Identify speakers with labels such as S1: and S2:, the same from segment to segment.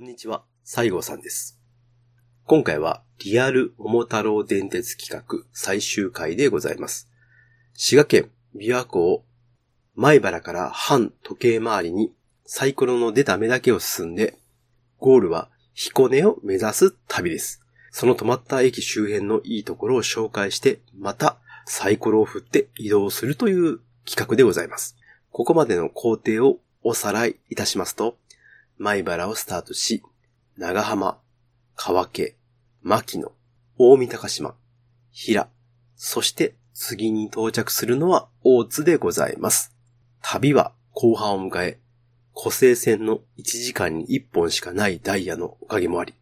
S1: んにちは、西郷さんです。今回は、リアル桃太郎電鉄企画最終回でございます。滋賀県琵琶湖を前原から反時計回りにサイコロの出た目だけを進んで、ゴールは彦根を目指す旅です。その止まった駅周辺のいいところを紹介して、またサイコロを振って移動するという企画でございます。ここまでの工程をおさらいいたしますと、前原をスタートし、長浜、川家、牧野、大見高島、平、そして次に到着するのは大津でございます。旅は後半を迎え、湖西線の1時間に1本しかないダイヤのおかげもあり、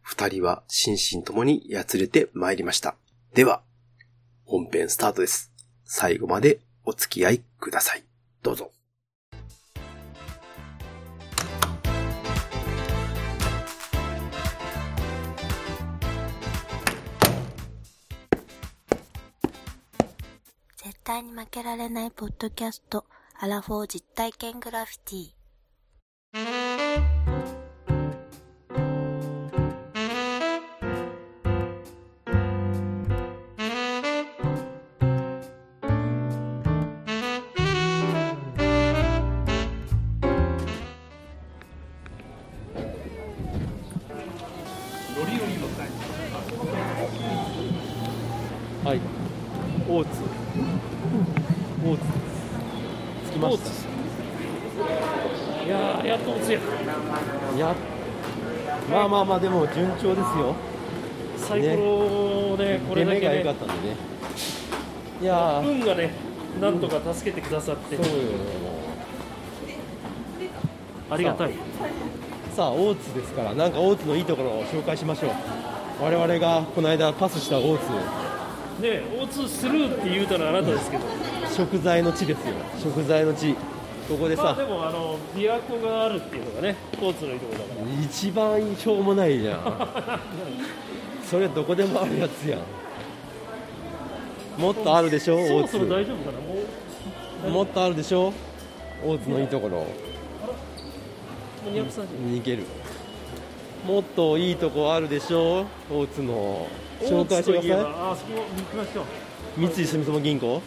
S1: 二人は心身ともにやつれて参りました。では、本編スタートです。最後までお付き合いください。どうぞ。
S2: 絶対に負けられないポッドキャスト、アラフォー実体験グラフィティ。
S3: はい。大津。大津です。着きました。いやー、やっと大津や。
S4: やまあまあまあでも順調ですよ
S3: サイコロで、これだけ
S4: 出目が
S3: ね
S4: 良かっ、たんでねいやー
S3: 運がね、なんとか助けてくださって、
S4: そうよ
S3: ありがたい。
S4: さあ大津ですからなんか大津のいいところを紹介しましょう我々がこの間パスした大津
S3: ね、大津スルーって言うたのはあなたですけど、
S4: 食材の地ですよ食材の地ここで
S3: まあで
S4: さ
S3: も、あの、琵琶湖があるっていうのがね、大津のいいところだか
S4: 一番しょうもないじゃん それどこでもあるやつやんもっとあるでしょ
S3: ら。そ
S4: 大
S3: ろそろ
S4: 津
S3: 大丈夫かな、もう。
S4: もっとあるでしょ大津のいいところ
S3: もう230
S4: 逃げるもっといいとこあるでしょ大津の紹
S3: 大津
S4: 介して
S3: とい
S4: く
S3: え
S4: ださ
S3: ば、あそこ行きましょう。
S4: い三井住友銀行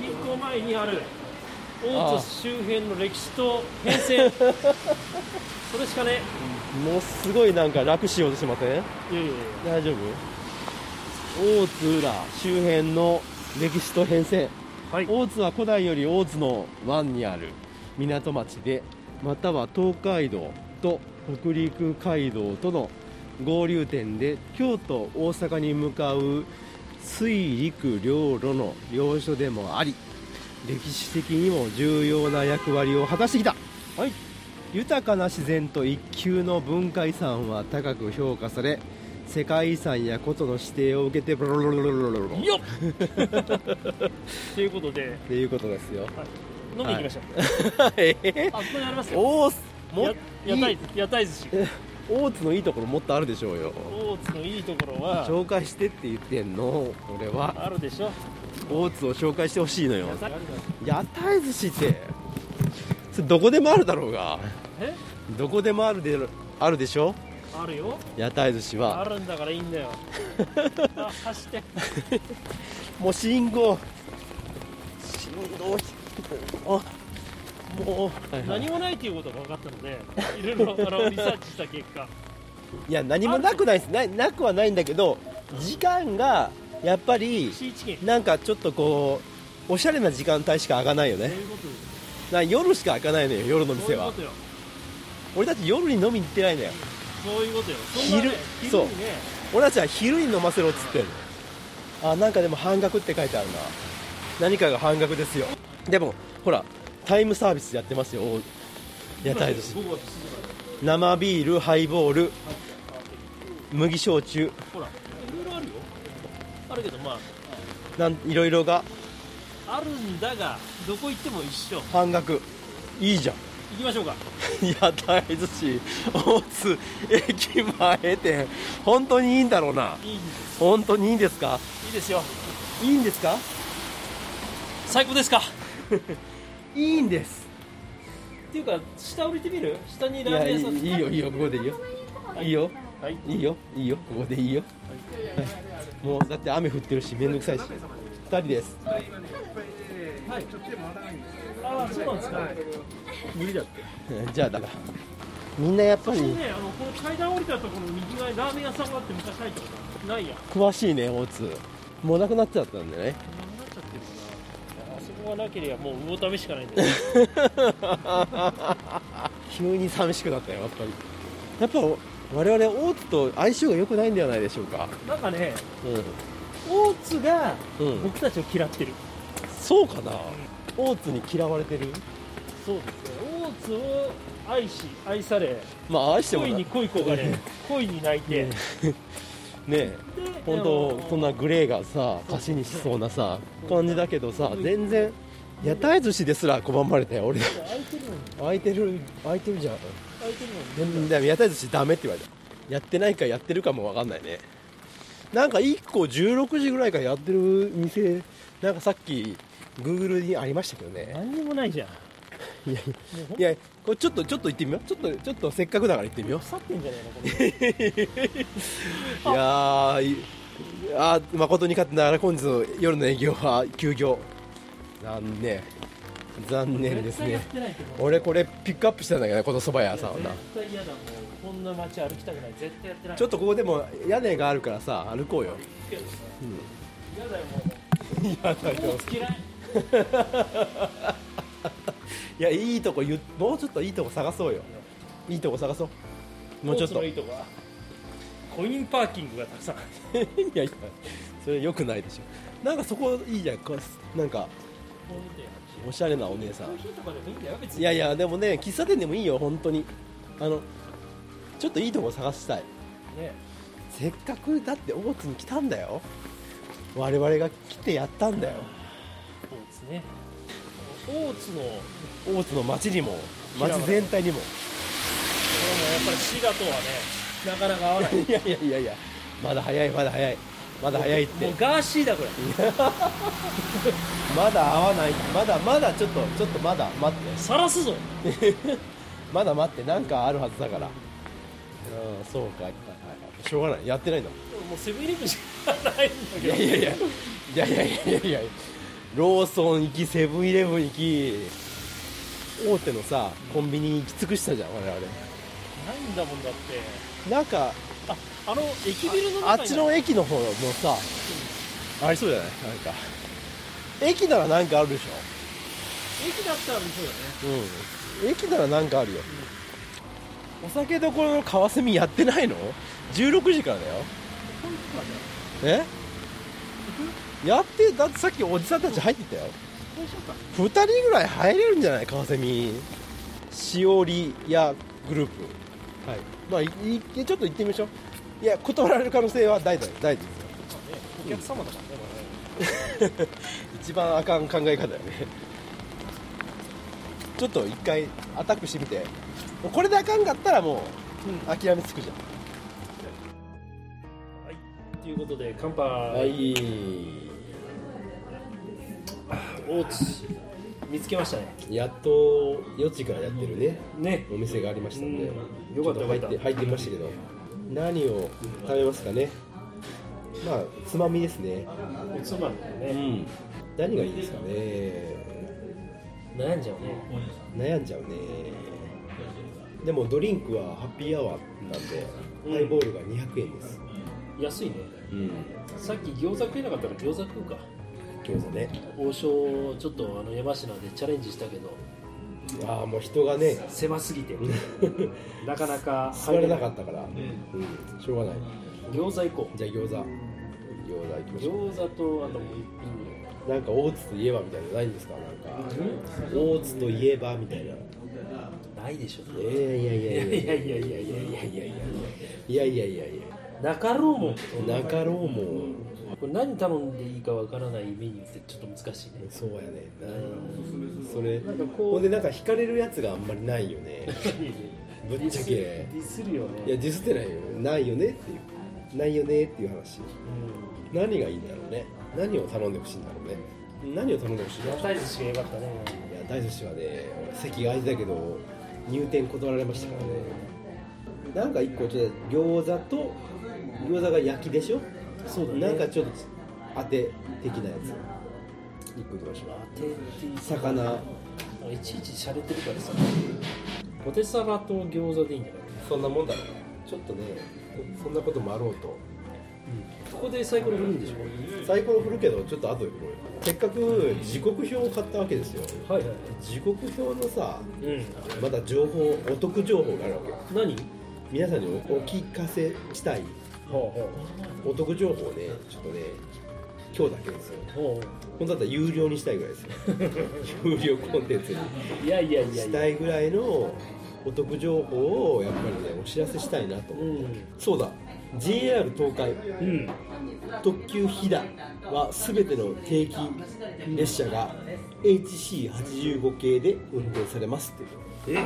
S3: 銀行前にある大津周辺の歴史と変遷それしかね
S4: もうすごいなんか楽しようとしてません
S3: いやいやい
S4: 大丈夫大津浦周辺の歴史と変遷
S3: やはい
S4: 大津は古代より大津の湾にある港町でまたは東海道と北陸街道との合流点で京都大阪に向かう水陸両路の要所でもあり歴史的にも重要な役割を果たしてきた、はい、豊かな自然と一級の文化遺産は高く評価され世界遺産や古都の指定を受けてブロロロロロロロ
S3: よっということで
S4: っていうことですよ
S3: 飲みに行きましょう、
S4: ええ
S3: あそこにありますよ
S4: おーすも
S3: や屋
S4: い
S3: 台
S4: い
S3: 屋台寿司
S4: 大津のいいところもっとあるでしょうよ
S3: 大津のいいところは
S4: 紹介してって言ってんの俺は
S3: あるでしょ
S4: 大津を紹介してほしいのよ
S3: 屋台
S4: 屋台寿司ってそれどこでもあるだろうが
S3: え
S4: どこでもあるであるでしょ
S3: あるよ
S4: 屋台寿司
S3: あ
S4: は
S3: るんだからいいんだよあ走って
S4: もう信号信号あもう、はいはい
S3: 何もないということが分かったのでいろいろあのリサーチした結果
S4: いや何もなくないですななくはないんだけど時間がやっぱり
S3: シーチキン
S4: なんかちょっとこうおしゃれな時間帯しか開かないよね
S3: そういうことです
S4: な夜しか開かないのよ夜の
S3: そう
S4: 店
S3: いうこ
S4: は
S3: とよ
S4: 俺たち夜に飲みに行ってないんだよ
S3: そういうことよそんなね
S4: 昼
S3: 昼にね
S4: 俺たちは昼に飲ませろっつってるあなんかでも半額って書いてあるな何かが半額ですよでもほらタイムサービスやってますよお屋台寿司
S3: 午後7時まで
S4: 生ビールハイボール麦焼酎
S3: ほらいろいろあるよあるけどま
S4: なんいろいろが
S3: ああるんだがどこ行っても一緒行
S4: 半額いいじゃん
S3: きましょうか
S4: 屋台寿司大津駅前店本当にいいんだろうない
S3: いです
S4: 本当にいいんですか
S3: いいですよ
S4: いいんですか
S3: 最高ですか
S4: いいんです
S3: っていうか下降りてみる下に
S4: い
S3: ラー
S4: や
S3: メン
S4: い
S3: 屋さん
S4: いいいよいいよここでいいよいいよ
S3: はい
S4: いいよいいよここでいいよ、はい、もうだって雨降ってるしめんどくさいし2人です
S3: はいああそうなんですか、無理だって
S4: えーじゃあだからみんなやっ
S3: こ
S4: ぱ
S3: れ
S4: り
S3: ねあのこの階段降りたところの右側にラーメン屋さんがあって昔入ったことないやん
S4: 詳しいね大津もうなくなっちゃったんでね
S3: なくなっちゃってるなあそこがなければもう魚ためしかないんだよ
S4: 急に寂しくなったよやっぱりやっぱ我々大津と相性が良くないんではないでしょうか
S3: なんかね
S4: う
S3: 大津が
S4: ん、うん、
S3: 僕たちを嫌ってる、
S4: そうかな大津に嫌われてる
S3: そうですね大津を愛し愛され
S4: まあ愛しても
S3: 恋
S4: な
S3: に
S4: ね
S3: 恋焦がれ恋に泣いて、
S4: うん
S3: で
S4: え本当そんなグレーがさ
S3: そう
S4: 歌詞にしそうなさ
S3: そう
S4: 感じだけどさ全然屋台寿司ですら拒まれたよ俺
S3: 空いてるのに
S4: 空いてる空いてるじゃん
S3: 空いてるのに
S4: 全然屋台寿司ダメって言われたやってないかやってるかも分かんないねなんか1個16時ぐらいからやってる店なんかさっき Google にありましたけどね
S3: 何にもないじゃん
S4: いや
S3: もうほん
S4: いやこれちょっとちょっと行ってみようちょっとちょっとせっかくだから行ってみよう
S3: 腐ってんじゃねえ
S4: いやーいあー誠に勝ってながら本日の夜の営業は休業残念残
S3: のこれ
S4: 念ですね
S3: 絶対やってないと思う
S4: 俺これピックアップしたんだけどねこの蕎麦屋さんはな
S3: 絶対嫌だもんこんな街歩きたくない絶対やってない
S4: ちょっとここでも屋根があるからさ歩こうよ
S3: 嫌だよも
S4: いやだ
S3: う大津嫌い
S4: いやいいとこ言うもうちょっといいとこ探そうよいいとこ探そうもうちょ
S3: 大
S4: っ
S3: 津
S4: と
S3: のいい
S4: い
S3: とこはコインパーキングがたくさん
S4: や いやそれ良くないでしょなんかそこいいじゃんこうなんか
S3: こう見て
S4: おしゃれなお姉さ
S3: コー
S4: ん
S3: ヒーとかでもいいんだよ別に
S4: いやいやでもね喫茶店でもいいよ本当にあのちょっといいとこ探したい
S3: ね
S4: せっかくだって大津に来たんだよ我々が来てやったんだよ
S3: 大津ね大津のこれもやっ
S4: 大津の街にも街全体にも
S3: ぱり滋賀とはねなかなか合わ ない
S4: いやいやいやいやまだ早いまだ早いまだ早いって
S3: もうガーシーだこれ
S4: まだ合わないまだまだちょっとちょっとまだ待って
S3: さらすぞ
S4: まだ待ってなんかあるはずだからうんそうか、はいはい、しょうがないやってないんだもん
S3: もうセブンイレブンしかないんだ
S4: い
S3: けど
S4: やいやいやいやいやいやいやいやローソン行きセブンイレブン行き大手のさコンビニ行き尽くしたじゃん我々
S3: ないんだもんだって
S4: なんか
S3: ああの駅ビルの中に
S4: あっちの駅の方のさありそうじゃないなんか駅ならなんかあるでし
S3: 駅だったらそうだね
S4: ょうん駅ならなんかあるよお酒どころの川蝉やってないの ?16 時からだよ
S3: こういうとこはね
S4: えやってだってさっきおじさんたち入ってったよ
S3: こうしようか
S4: 2人ぐらい入れるんじゃない川蝉しおりやグループはいまあいいちょっと行ってみましょういや断られる可能性は大丈夫大丈夫ですよ
S3: まあねお客様だからねこれね
S4: 一番あかん考え方よねちょっと一回アタックしてみてもうこれであかんかったらもう諦めつくじゃん
S3: はいということで乾杯、
S4: い
S3: 大津見つけましたね
S4: やっと4時からやってるね
S3: ね
S4: お店がありましたんで
S3: うんよかった
S4: ちょと入って
S3: よかった
S4: 入ってみましたけど何を食べますかねまあつまみですね
S3: おつまみだ
S4: う
S3: ね、
S4: ん何がいいですかね
S3: 悩んじゃうね
S4: 悩んじゃうねでもドリンクはハッピーアワーなんで、
S3: うん
S4: ハイボールが200円です、
S3: 安いね
S4: うん、
S3: さっき餃子食えなかったから餃子食うか
S4: 餃子ね
S3: 王将ちょっとあの山科でチャレンジしたけど
S4: ああもう人がね
S3: 狭すぎて なかなか
S4: 座れなかったから、うん、しょうがない
S3: 餃子行こう
S4: じゃあ餃子餃子いきましょ
S3: 餃子とあとも
S4: うなんか大津といえばみたいなのないんですかなんか大津といえばみたいな
S3: ないでしょ
S4: いやいやいや
S3: いや
S4: い
S3: い
S4: や
S3: やいやいやいやいや
S4: いやいやいやいやいやいやい
S3: なかろうもん
S4: やなかろうもん
S3: これ何頼んでいいかわからないメニューってちょっと難しいね
S4: そうやねなそれ
S3: なんかこう
S4: ほんでなんか惹かれるやつがあんまりないよ ね ぶっちゃけ
S3: ディスるよ
S4: いや
S3: ね
S4: ディスってないよないよねっていうないよねっていう話何がいいんだろうね何を頼んでほしいんだろうね何を頼んでほしいん
S3: 屋
S4: だろう
S3: 台寿司が良かったね
S4: 屋大寿司はね席が空いてたけど入店断られましたからねなんか一個ちょっと餃子と餃子が焼きでしょ
S5: そうだね
S4: なんかちょっと当て的なやつ一個いきましょ
S5: 当てっていう
S4: う魚
S5: いちいち洒落てるからさポテサラと餃子でいいんじゃない
S4: そんなもんだからちょっとねそんなこともあろうと
S5: ここでサイコロ振るんでしょ
S4: サイコロ振るけどちょっと後で振ろうよせっかく時刻表を買ったわけですよ
S5: はいはい
S4: 時刻表のさ
S5: うん
S4: まだ情報お得情報があるわけよ
S5: 何
S4: 皆さんにお聞かせしたい
S5: ほうほ
S4: お得情報をねちょっとね今日だけですよ
S5: うほ
S4: 本当だったら有料にしたいぐらいですよ 有料コンテンツに
S5: ういやいやいや
S4: し
S5: いや
S4: たいぐらいのお得情報をやっぱりねお知らせしたいなと、
S5: うん
S4: そうだ JR 東海
S5: うん
S4: 特急ひだは全ての定期列車が HC85 系で運転されますっていう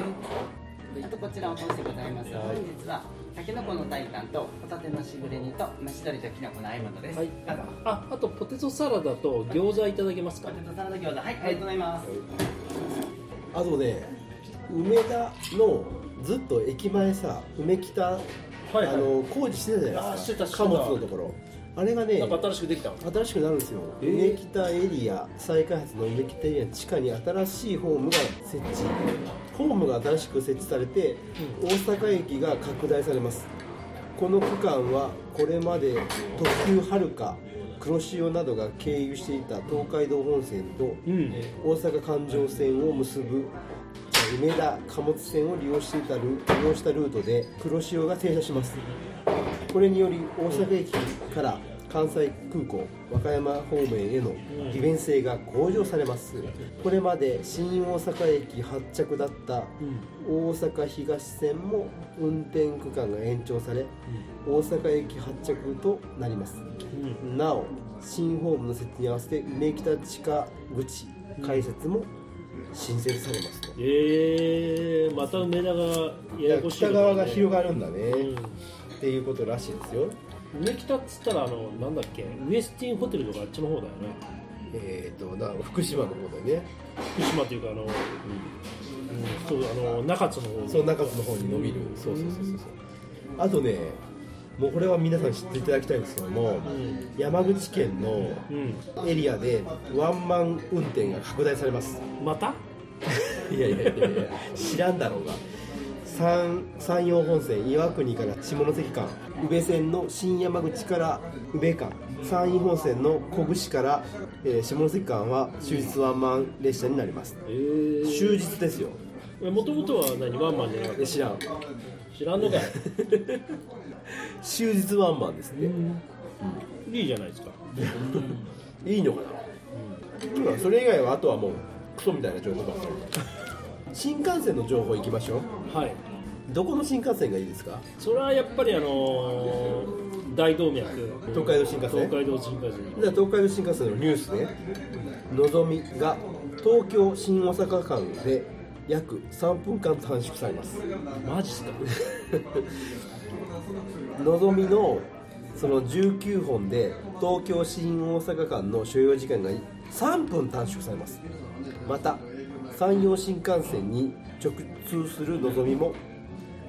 S6: えっとこちらを通してございます。本日はタケノコの炊いたんとホタテのしぐれ煮と蒸し鶏ときのこの和え物です。
S5: はい
S6: どうぞ
S5: ああとポテトサラダと餃子いただけますか
S6: ポテトサラダ餃子はいありがとうございます。
S4: あとね梅田のずっと駅前さ梅北、
S5: はい
S4: あの工事してたじゃないですか
S5: あーしてたしてた
S4: 貨物のところあれがね
S5: なんか新しくできたの
S4: 新しくなるんですよ、
S5: えー
S4: 梅北エリア再開発の梅北エリア地下に新しいホームが設置ホームが新しく設置されて、大阪駅が拡大されますこの区間はこれまで特急はるか黒潮などが経由していた東海道本線と
S5: うん
S4: 大阪環状線を結ぶ梅田貨物線を利用していたル利用したルートで黒潮が停車しますこれにより大阪駅から関西空港和歌山方面への利便性が向上されますこれまで新大阪駅発着だった大阪東線も運転区間が延長され大阪駅発着となります
S5: うん
S4: なお新ホームの設置に合わせて梅北地下口開設も新設されますと、
S5: ええー、また梅田がややこしい、
S4: 北側が広がるんだね、
S5: うん
S4: っていうことらしいですよ
S5: 梅北っつったらあのなんだっけウエスティンホテルとかあっちの方だよね
S4: えっ、とな福島の方でね
S5: 福島というかあの、うんそうあの中津の方
S4: その中の方に伸びる、そうそうそうそうそうあとねもうこれは皆さん知っていただきたいんですけども、
S5: ん
S4: 山口県の
S5: うん
S4: エリアでワンマン運転が拡大されます
S5: また
S4: いやいやいやいや知らんだろうが山山陽本線岩国から下関間宇部線の新山口から宇部間山陰本線の小串から、えー下関間は終日ワンマン列車になります
S5: えー、
S4: 終日ですよ
S5: もともとは何ワンマンじゃなかった
S4: え知らん
S5: 知らんのかい
S4: 終日ワンマンですね
S5: いいじゃないですか
S4: いいのかな、うん、それ以外はあとはもうクソみたいな情報ばっかり新幹線の情報いきましょう
S5: はい
S4: どこの新幹線がいいですか
S5: それはやっぱりあのー大動脈
S4: 東海道新幹線
S5: 東海道新幹線
S4: じゃあ東海道新幹線のニュースねのぞみが東京新大阪間で約3分間短縮されます
S5: マジっすか
S4: のぞみのその19本で東京新大阪間の所要時間が3分短縮されますまた山陽新幹線に直通するのぞみも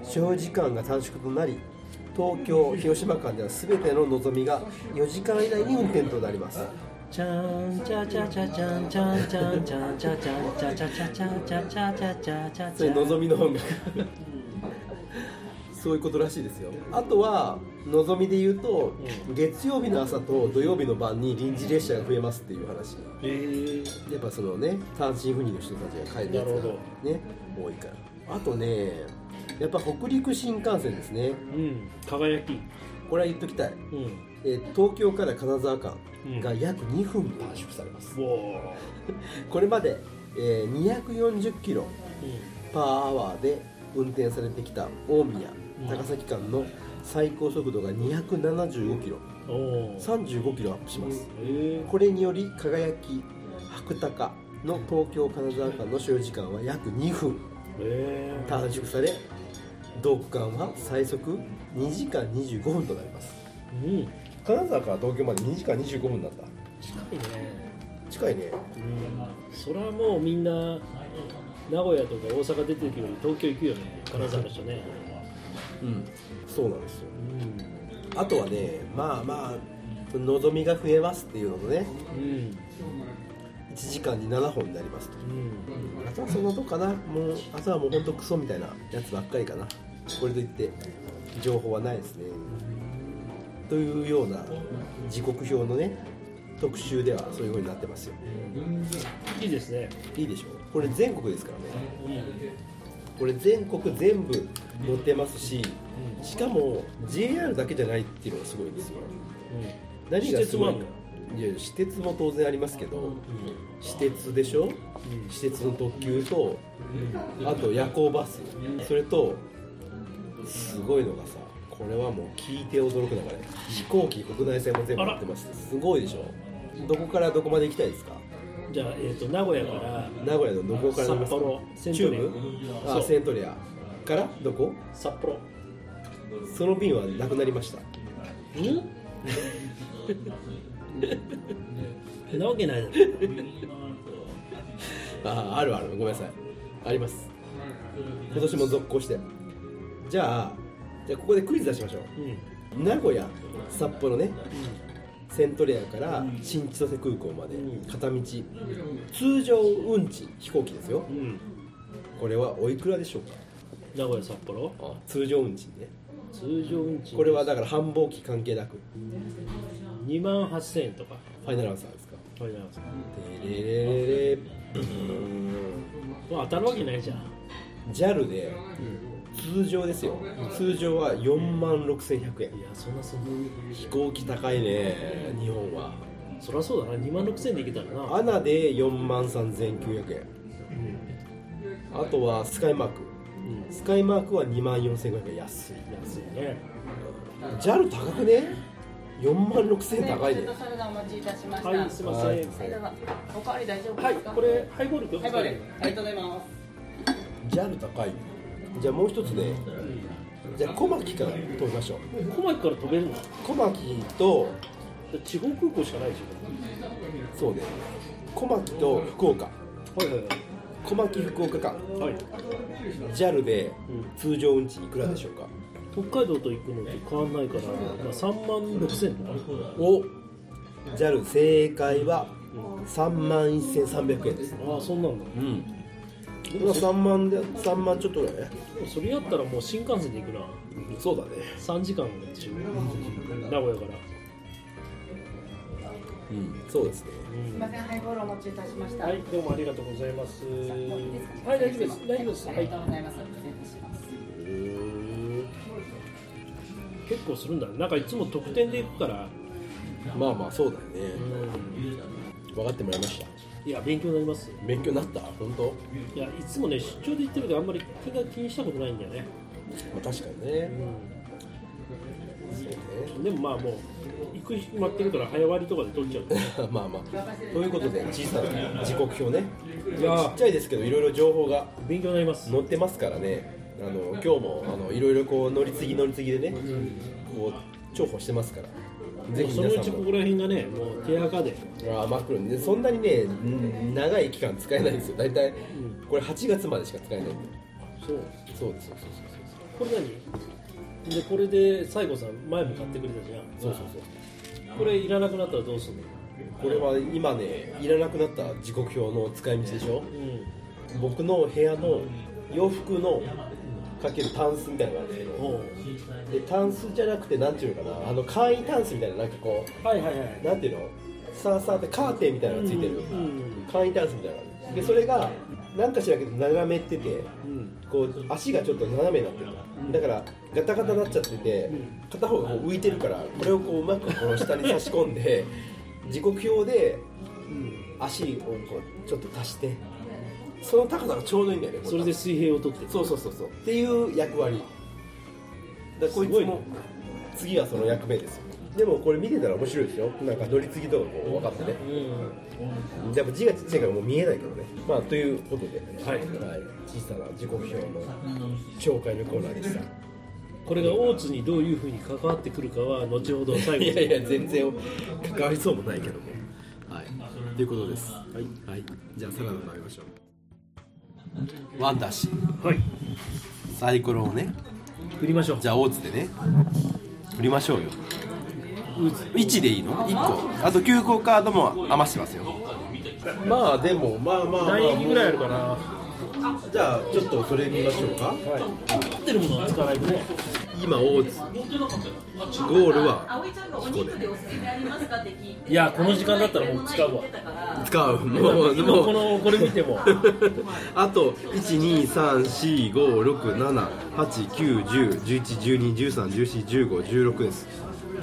S4: 所要時間が短縮となり東京広島間では全てののぞみが4時間以内に運転となります
S7: チャンチャチャチャチャンチャンチャンチャンチャチャチャチャチャチャチャチャチャチャ
S4: それのぞみの音楽そういうことらしいですよあとはのぞみで言うと、月曜日の朝と土曜日の晩に臨時列車が増えますっていう話
S5: えー、
S4: やっぱそのね単身赴任の人たちが帰るやつ
S5: な
S4: が
S5: るほど
S4: ね多いからあとねやっぱ北陸新幹線ですね
S5: うん輝き
S4: これは言っときたい
S5: うん
S4: えー東京から金沢間
S5: うん
S4: が約2分短縮されます、
S5: うわ
S4: これまで、えー240キロ
S5: ーうん
S4: パーアワーで運転されてきた大宮高崎間の最高速度が275キロ
S5: おお
S4: 35キロアップします
S5: え
S4: これにより輝き白鷹の東京金沢間の所要時間は約2分
S5: ー、えー、
S4: 短縮され同区間は最速2時間25分となります
S5: うん
S4: 金沢から東京まで2時間25分なんだ
S5: 近いね
S4: 近いね
S3: それはもうみんな名古屋とか大阪出てるより東京行くよね金沢の人ね
S4: うんそうなんですよあとはねまあまあ望みが増えますっていうのとね
S3: うん
S4: 1時間に7本になりますと
S3: うん
S4: あとはそんなとこかなもうあとはもうほんとクソみたいなやつばっかりかなこれといって情報はないですねというような時刻表のね特集ではそういう風になってますよ
S3: いいですね
S4: いいでしょうこれ全国ですからねこれ全国全部載ってますししかも JR だけじゃないっていうのがすごいんですよ何がすごいか
S3: 私鉄も
S4: いや私鉄も当然ありますけど私鉄でしょ私鉄の特急とあと夜行バスそれとすごいのがさこれはもう聞いて驚く中で飛行機国内線も全部
S3: あら
S4: 乗ってますすごいでしょどこからどこまで行きたいですか
S3: じゃあ、えー、と名古屋から
S4: 名古屋のどこから乗りますか
S3: 札幌セン
S4: チ
S3: ト
S4: ュ
S3: リア
S4: ーブ
S3: そ
S4: あ
S3: う
S4: セントリアからどこ
S3: 札幌
S4: その便はなくなりました
S3: なわけないだろ
S4: ああるあるごめんなさいあります今年も続行してじゃあじゃあここでクイズ出しましょう
S3: う
S4: 名古屋札幌ねセントレアから新千歳空港まで片道通常運賃飛行機ですよ
S3: ん、うん、
S4: これはおいくらでしょうか
S3: 名古屋札幌
S4: 通常運賃ね
S3: 通常運賃
S4: これはだから繁忙期関係なく
S3: 2万8000円とか
S4: ファイナルアンサーですか
S3: これなんです
S4: でれれれれれ
S3: まあ当たるわけないじゃん
S4: JAL で通常ですよ通常は4万6100円
S3: いやそんなそんな
S4: 飛行機高いね日本は
S3: そりゃそうだな2万6000円でいけたらな
S4: アナで4万3900円あとはスカイマーク
S3: うん
S4: スカイマークは2万4500円安い
S3: 安いね
S4: JAL 高くね4万6000円高い
S6: ポ
S4: ね
S6: テトサラダお持ちいたしました。
S3: はいすいません
S4: は
S3: はいい、
S6: はいどうぞおかわり大丈夫ですか。
S3: これハイボールく
S6: はい、これ。ありがとうございます。
S4: JAL 高いじゃあもう一つねじゃあ小牧から飛びましょう
S3: 小牧から飛べるの
S4: 小牧と
S3: 地方空港しかないでし
S4: そうね小牧と福岡
S3: ょはいはい
S4: 小牧福岡間
S3: はい、はい、
S4: JAL で
S3: うん
S4: 通常運賃いくらでしょうか
S3: 北海道と行くのと変わんないから、まあ、3万6000円とか
S4: お JAL 正解は3万1300円です
S3: ああそんなんだ
S4: うん3万で3万ちょっとぐらいね
S3: でもそれやったらもう新幹線で行くな
S4: そうだね
S3: 3時間でしょ名古屋から
S4: うんそうですね
S6: すみません、ハイボールお持ちいたしました。
S3: はい、どうもありがとうございます。はい、大丈夫です。大丈夫です。
S6: あ
S3: は
S6: りが
S3: い
S6: と、うございます。失礼いたします。
S3: 結構するんだ。なんかいつも特典で行くから。
S4: まあまあそうだよね
S3: うん
S4: 分かってもらいました
S3: いや、勉強になります。
S4: 勉強になった本当、ま
S3: いや、いつもね、出張で行ってるから、あんまり気が気にしたことないんだよね。
S4: あ、確かにねそうね
S3: でも、まあ、もう行く日決まってるから、早割りとかで取っちゃう。
S4: まあまあということで小さな時刻表ね
S3: い
S4: ちっ
S3: や、
S4: ちゃいですけどいろいろ情報が
S3: 勉強になります。
S4: 載ってますからねあの今日もあのいろいろこう乗り継ぎ乗り継ぎでねこう重宝してますからぜひ
S3: その
S4: 皆
S3: う
S4: さん
S3: ちこ
S4: も
S3: こら辺がね、もう手垢で。
S4: あー真っ黒にねそんなにねん長い期間使えないんですよ大体これ8月までしか使えないんで
S3: そう。
S4: そうですそうですそ
S3: これ何で、これで、西郷さん、前も買ってくれたじゃん。
S4: うそうそうそうそう
S3: これいらなくなったらどうすんの
S4: これは今ねいらなくなった時刻表の使い道でしょ
S3: うん。
S4: 僕の部屋の洋服のかけるタンスみたいなのがあるんですけど
S3: おう
S4: でタンスじゃなくてなんていうのかなあの簡易タンスみたいななんかこう
S3: はいはいはい。
S4: なんていうのサーサーってカーテンみたいなのがついてる、
S3: うん
S4: 簡易タンスみたいなのがあるでそれがなんかしらんけど斜めってて
S3: うん。
S4: こう足がちょっと斜めになってるだからガタガタになっちゃってて片方がこう浮いてるからこれをこううまくこの下に差し込んで時刻表で足をこうちょっと足してその高さがちょうどいいんだよね
S3: それで水平を取って。
S4: そうそうそうそうっていう役割だからこいつ
S3: すごいね
S4: も次はその役目ですよでもこれ見てたら面白いですよなんか乗り継ぎとかこう分かってね
S3: うん。
S4: やっぱ字がちっちゃいからもう見えないけどねまあということで、
S3: はい
S4: 小さな時刻表の紹介のコーナーでした
S3: これが大津にどういうふうに関わってくるかは後ほど最後
S4: い
S3: に
S4: やいや全然関わりそうもないけどもはい
S8: ということですはい、じゃあサラダ食べましょうワンダーシ
S3: はい
S8: サイコロをね
S3: 振りましょう
S8: じゃあ大津でね振りましょうよ1でいいの1個あと9個カードも余してますよまあでもまあまあまあ
S3: 何駅ぐらいあるかな
S8: じゃあちょっとそれ見ましょうか
S3: 持ってるものは使わないとね
S8: 今大津ゴールは
S3: いやこの時間だったらもう使うわ
S8: 使うもう
S3: 今こ
S8: もう
S3: のこれ見ても
S8: あと1 2 3 4 5 6 7 8 9 1 0 1 1 1 2 1 3 1 4 1 5 1 6です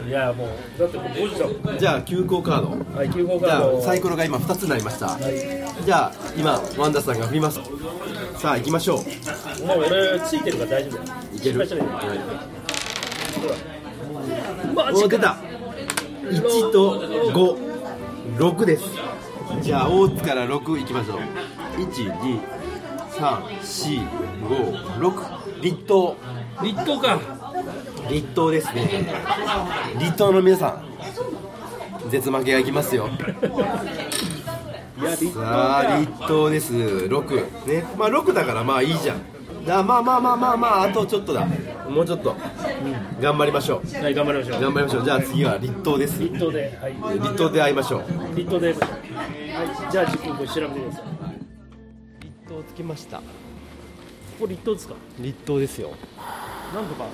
S3: いやもうだってもう5時だもん
S8: じゃあ休校カード
S3: はい9号
S8: じ
S3: カー
S8: ゃ
S3: ド
S8: あサイコロが今2つになりましたじゃあ今ワンダさんが振りますさあ行きましょう
S3: もう俺ついてるから大丈夫だよ
S8: いける
S3: 失敗しないマ
S8: お
S3: ジ
S8: 出
S3: か
S8: た1と56ですじゃあ大津から6いきましょう12345立冬
S3: 立冬か
S8: 立冬です ね立冬の皆さん絶負けがいきますよ
S3: いや立冬
S8: さあ
S3: か
S8: 立冬です6ねまあ6だからまあいいじゃんだまあまあまあまあまああとちょっとだもうちょっと、頑張りましょう
S3: はい頑張りましょう
S8: 頑張りましょうじゃあ次は立冬です
S3: 立冬ではい
S8: 立冬で会いましょう
S3: 立冬ですはいじゃあ10分後調べてください
S4: 立冬つきました
S3: これ立冬ですか
S4: 立冬ですよ
S3: なんとか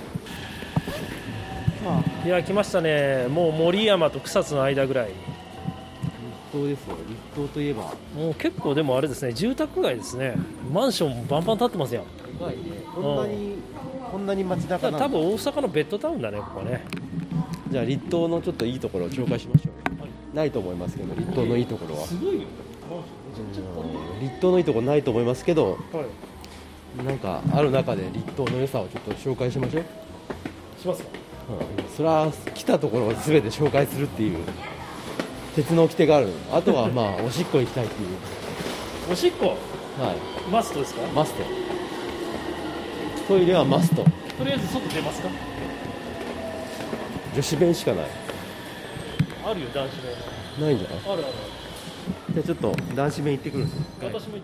S3: いや来ましたねもう森山と草津の間ぐらい
S4: 立冬ですよ立冬といえば
S3: もう結構でもあれですね住宅街ですねマンションバンバン建ってますやん
S4: 深いねこんなにこんなに街中
S3: 多
S4: なんだ
S3: 分大阪のベッドタウンだねここね
S4: じゃあ立冬のちょっといいところを紹介しましょう、ないと思いますけど立冬のいいところはすごいよ立冬のいいところないと思いますけど
S3: はい
S4: なんかある中で立冬の良さをちょっと紹介しましょう、
S3: しますか
S4: うん、それは来たところを全て紹介するっていう鉄の掟があるあとはまあおしっこ行きたいっていう、
S3: おしっこ
S4: はい、
S3: マストですか
S4: マストトイレはマスト
S3: とりあえず外出ますか
S4: 女子弁しかない
S3: あるよ男子
S4: ないんじゃない
S3: のあるある
S4: じゃあちょっと男子弁行ってくるんです
S3: 私も行ってみよ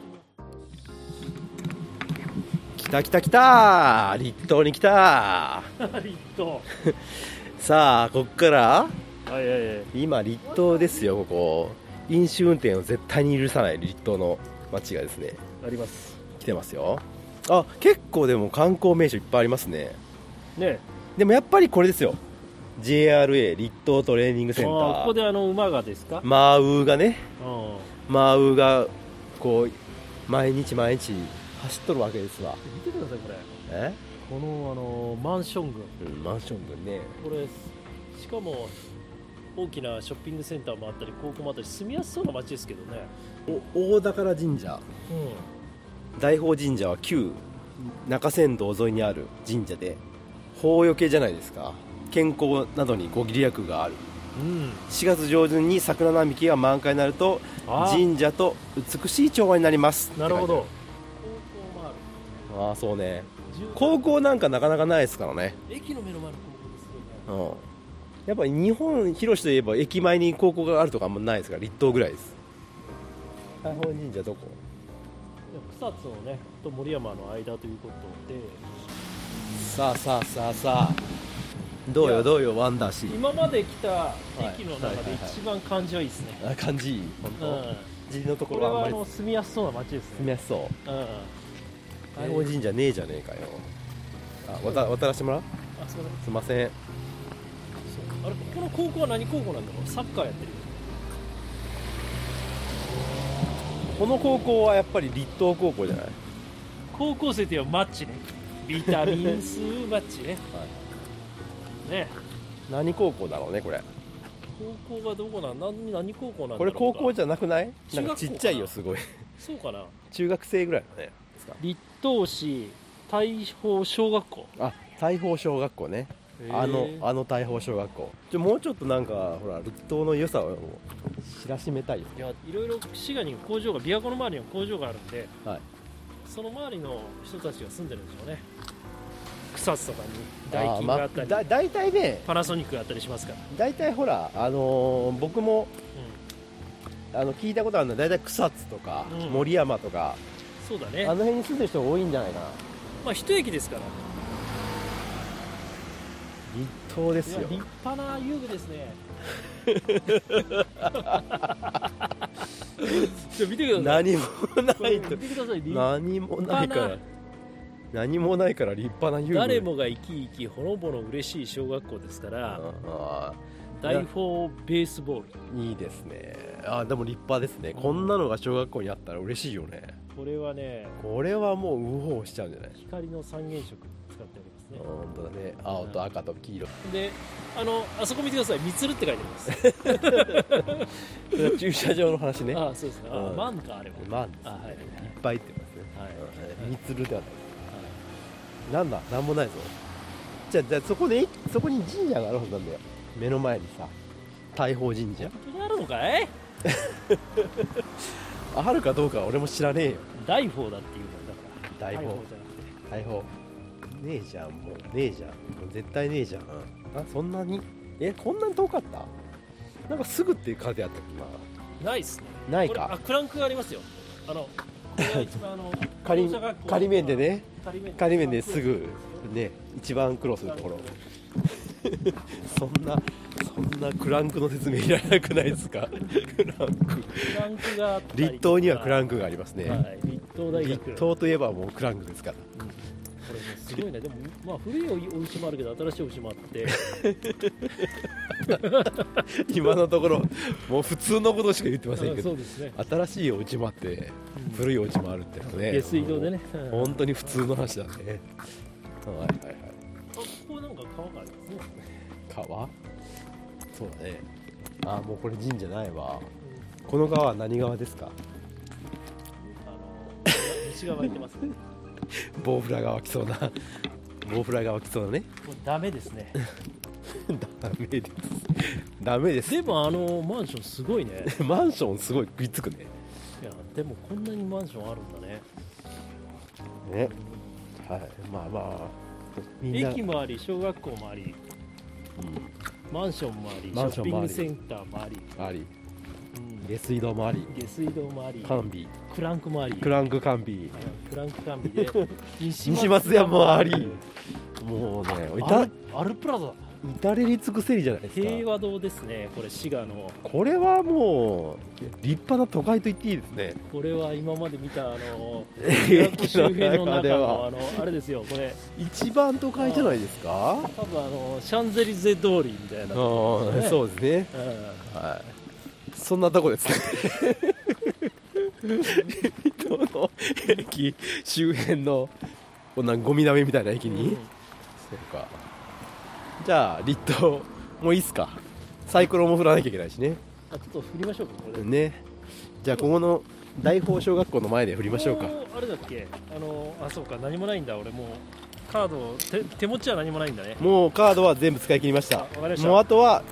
S4: 来た来た来た立冬に来た
S3: う立冬
S4: さあこっか ら
S3: はいはいはい
S4: 今立冬ですよここ飲酒運転を絶対に許さない立冬の街がですね
S3: あります
S4: 来てますよあ結構でも観光名所いっぱいありますね
S3: ね
S4: でもやっぱりこれですよ JRA 立東トレーニング
S3: あ
S4: センタ
S3: ーここ
S4: ー
S3: であの馬がですか
S4: マウがね
S3: うん
S4: マウがこう毎日毎日走っとるわけですわ
S3: 見てくださいこれ
S4: え、
S3: このあのマンション群
S4: うん、マンション群ね
S3: これしかも大きなショッピングセンターもあったり高校もあったり住みやすそうな街ですけどね、
S4: お大宝神社大宝神社は旧中山道沿いにある神社で法よけじゃないですか健康などにご利益がある
S3: うん、
S4: 4月上旬に桜並木が満開になると
S3: あー
S4: 神社と美しい調和になります
S3: なるほど
S4: ああそうね高校なんかなかなかないですからね、
S3: 駅の目の前の高校ですよね
S4: うん、やっぱ日本広しといえば駅前に高校があるとかあんまないですから立東ぐらいです大宝神社どこ
S3: 草津のねと森山の間ということで
S4: さあさあさあさあどうよどうよワンダーシー
S3: 今まで来た駅の
S4: はい
S3: 中
S4: はい
S3: で
S4: はいはい
S3: 一番感じはいいですね、
S4: あ感じいい本当、
S3: うん
S4: 字のとこ
S3: これ
S4: ろは
S3: は
S4: あ
S3: あ
S4: んま
S3: の
S4: り
S3: 住みやすそうな街です
S4: 住み
S3: ね、
S4: やすそう
S3: うん、あ
S4: 大宝神社ねえじゃねえかよあ渡渡らせてもらう
S3: すいません
S4: すいません
S3: そうあれここの高校は何高校なんだろうサッカーやってる
S4: この高校はやっぱり立東高校じゃない
S3: 高校生といえばマッチねビタミンスマッ チね、ね
S4: 何高校だろうねこれ
S3: 高校がどこなん何何高校なんだろうか
S4: これ高校じゃなくないなんかちっちゃい
S3: 中学校かな
S4: よすごい
S3: そうかな
S4: 中学生ぐらいのねですか
S3: 立東市大宝小学校
S4: あ大宝小学校ねあのあの大宝小学校ちょもうちょっとなんかほら立東の良さを知らしめたいよ
S3: いやいろいろ滋賀にも工場が琵琶湖の周りにも工場があるんで、
S4: はい
S3: その周りの人たちが住んでるんでしょうね草津とかにダイ
S4: あ
S3: キ
S4: ー
S3: ン
S4: ま
S3: があったり
S4: だ大体ね
S3: パナソニックがあったりしますから、
S4: 大体ほらあのー僕も
S3: う
S4: あの聞いたことあるのは大体草津とか、
S3: うん
S4: 森山とか
S3: そうだ
S4: あ
S3: ね
S4: の辺に住んでる人が多いんじゃないかな
S3: まあ一駅ですから
S4: 立東です
S3: いや
S4: よ
S3: 立派な遊具です ねちょ見てください
S4: 何もない
S3: これ
S4: と
S3: 見てください立
S4: 何もな
S3: 派
S4: いか
S3: な
S4: ら何もないから立派な遊具
S3: 誰もが生き生きほのぼの嬉しい小学校ですから
S4: あ
S3: 大4ベースボール
S4: ーいいですねあーでも立派ですねこんなのが小学校にあったら嬉しいよね
S3: これはね
S4: これはもうウホウしちゃうんじゃない
S3: 光の三原色使っておりますね
S4: 本当だね青と赤と黄色
S3: であのあそこ見てください「みつる」って書いてあります
S4: それは駐車場の話ね
S3: ああそうですねあ
S4: うん
S3: マンかあれは
S4: マンです
S3: あはい
S4: ねいっぱいってますね
S3: はい
S4: うん三つるではないなんだなんもないぞじゃあじゃあそこでそこに神社があるはずなんだよ目の前にさ大宝神社
S3: 本当にあるのかい
S4: あるかどうかは俺も知らねえよ
S3: 大4だっていうのだから
S4: 大宝
S3: じゃなくて
S4: 大宝ねえじゃんもうねえじゃんもう絶対ねえじゃんあそんなにえこんなに遠かったなんかすぐっていう風あったっけ
S3: ないっすね
S4: なない
S3: これあ
S4: か
S3: クランクがありますよあのこれが一番あの
S4: 仮
S3: 自動車学校
S4: 仮面でね
S3: 仮面
S4: 仮面ですぐね一番苦労するところ そんなそんなクランクの説明いらなくないですかクランク
S3: クランクがあったりとか
S4: 立東にはクランクがありますね、
S3: はい立東大学
S4: 立東といえばもうクランクですから
S3: これもすごいねでもまあ古いお家もあるけど新しいお家もあって
S4: 今のところもう普通のことしか言ってませんけ
S3: あそ
S4: ど
S3: うですね
S4: 新しいお家もあって古いお家もあるってのはね
S3: 下水道でね
S4: も
S3: う
S4: うん本当に普通の話だねはいはいはい
S3: あここなんか川がありますね
S4: 川そうだねあもうこれ神社ないわこの川は何川ですか
S3: あの西側行ってますね
S4: ボウフラが湧きそうなボウフラが湧きそうなね
S3: もうダメですね
S4: ダメですダメです
S3: でもあのマンションすごいね
S4: マンションすごい食いつくね
S3: いやでもこんなにマンションあるんだね
S4: ねはいまあまあみんな
S3: 駅もあり小学校もありマンションもありシ
S4: マ
S3: ョ
S4: ンシ
S3: ッ
S4: ョン
S3: ピン
S4: もあ
S3: グ
S4: り
S3: センターもあり
S4: あり下水道もあり
S3: 下水道もあり
S4: 完備
S3: クランクもあり
S4: クランク完備
S3: クランク完備 で西
S4: 西松屋もありもうねい
S3: ア
S4: た
S3: ルアルプラザ
S4: 至れり尽くせりじゃないですか
S3: 平和堂ですねこれ滋賀の
S4: これはもう立派な都会と言っていいですね
S3: これは今まで見たあの
S4: 駅の
S3: 周辺の
S4: 中
S3: 中
S4: では
S3: のあのあれですよこれ
S4: 一番都会じゃないですか
S3: 多分あのシャンゼリゼ通りみたいな、
S4: う
S3: うん
S4: ん
S3: ね
S4: そうですねはいそんなとこですね離島の駅周辺のこんなゴミだめみたいな駅に、そうかじゃあ立東もういいっすかサイコロも振らなきゃいけないしね
S3: あちょっと振りましょうかこれ
S4: ねじゃあここの大宝小学校の前で振りましょうか
S3: もあれだっけあのあそうか何もないんだ俺もうカードを手手持ちは何もないんだね
S4: もうカードは全部使い切りまし
S3: あ
S4: た
S3: わかりました
S4: もうあとは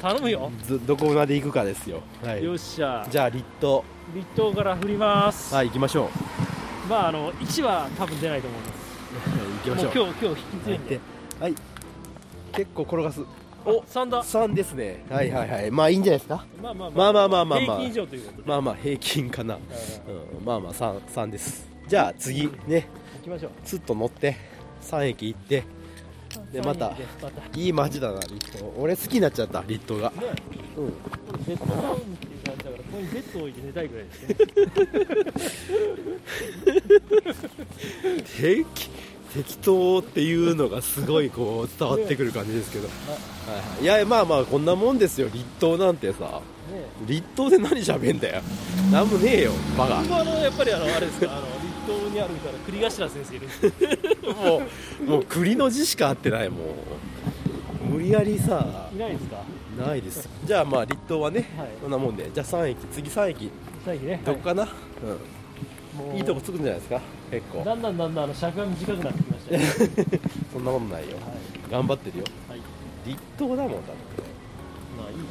S3: 頼むよ、
S4: ずどこまで行くかですよ、はい、
S3: よっしゃ
S4: じゃあ立東
S3: 立東から振ります、
S4: はい行きましょう
S3: まああの1は多分出ないと思います
S4: 行きま
S3: も
S4: しょう
S3: う今日今日引き継いで
S4: はい結構転がす
S3: お三3だ
S4: 3ですねはいはいはいまあいいんじゃないですか
S3: まあまあ
S4: まあまあまあまあま
S3: 平
S4: あ
S3: 均以上ということで、
S4: まあまあ平均かな、
S3: うん
S4: うん、まあまあ 3, 3ですじゃあ次ね
S3: 行きましょう
S4: スッと乗って3駅行ってでまた
S3: 三人でまた
S4: いい街だな立東俺好きになっちゃった立東が
S3: ね
S4: うん
S3: ベッドタウンっていう感じだからここにベッドを置いて寝たいぐらい ですね
S4: 適適当っていうのがすごいこう伝わってくる感じですけど、はいはい、いやまあまあこんなもんですよ立東なんてさ
S3: ね
S4: 立東で何喋んだよなんもねえよバカ
S3: 僕はあのやっぱりあのあれですかあの立東にあるみたいな栗頭先生いるんですよ
S4: もうもう栗の字しか合ってないもう無理やりさ
S3: いないですか
S4: ないですじゃあまあ立東はね、
S3: はい
S4: こんなもんでじゃあ3駅次3駅
S3: 最近ね
S4: どこかな、
S3: も
S4: うん
S3: う
S4: いいとこつくんじゃないですか結構
S3: だんだんだんだんあの尺が短くなってきま したよ、
S4: そんなことないよ
S3: はい
S4: 頑張ってるよ
S3: はい、
S4: 立東だもんだっ
S3: まあいいじ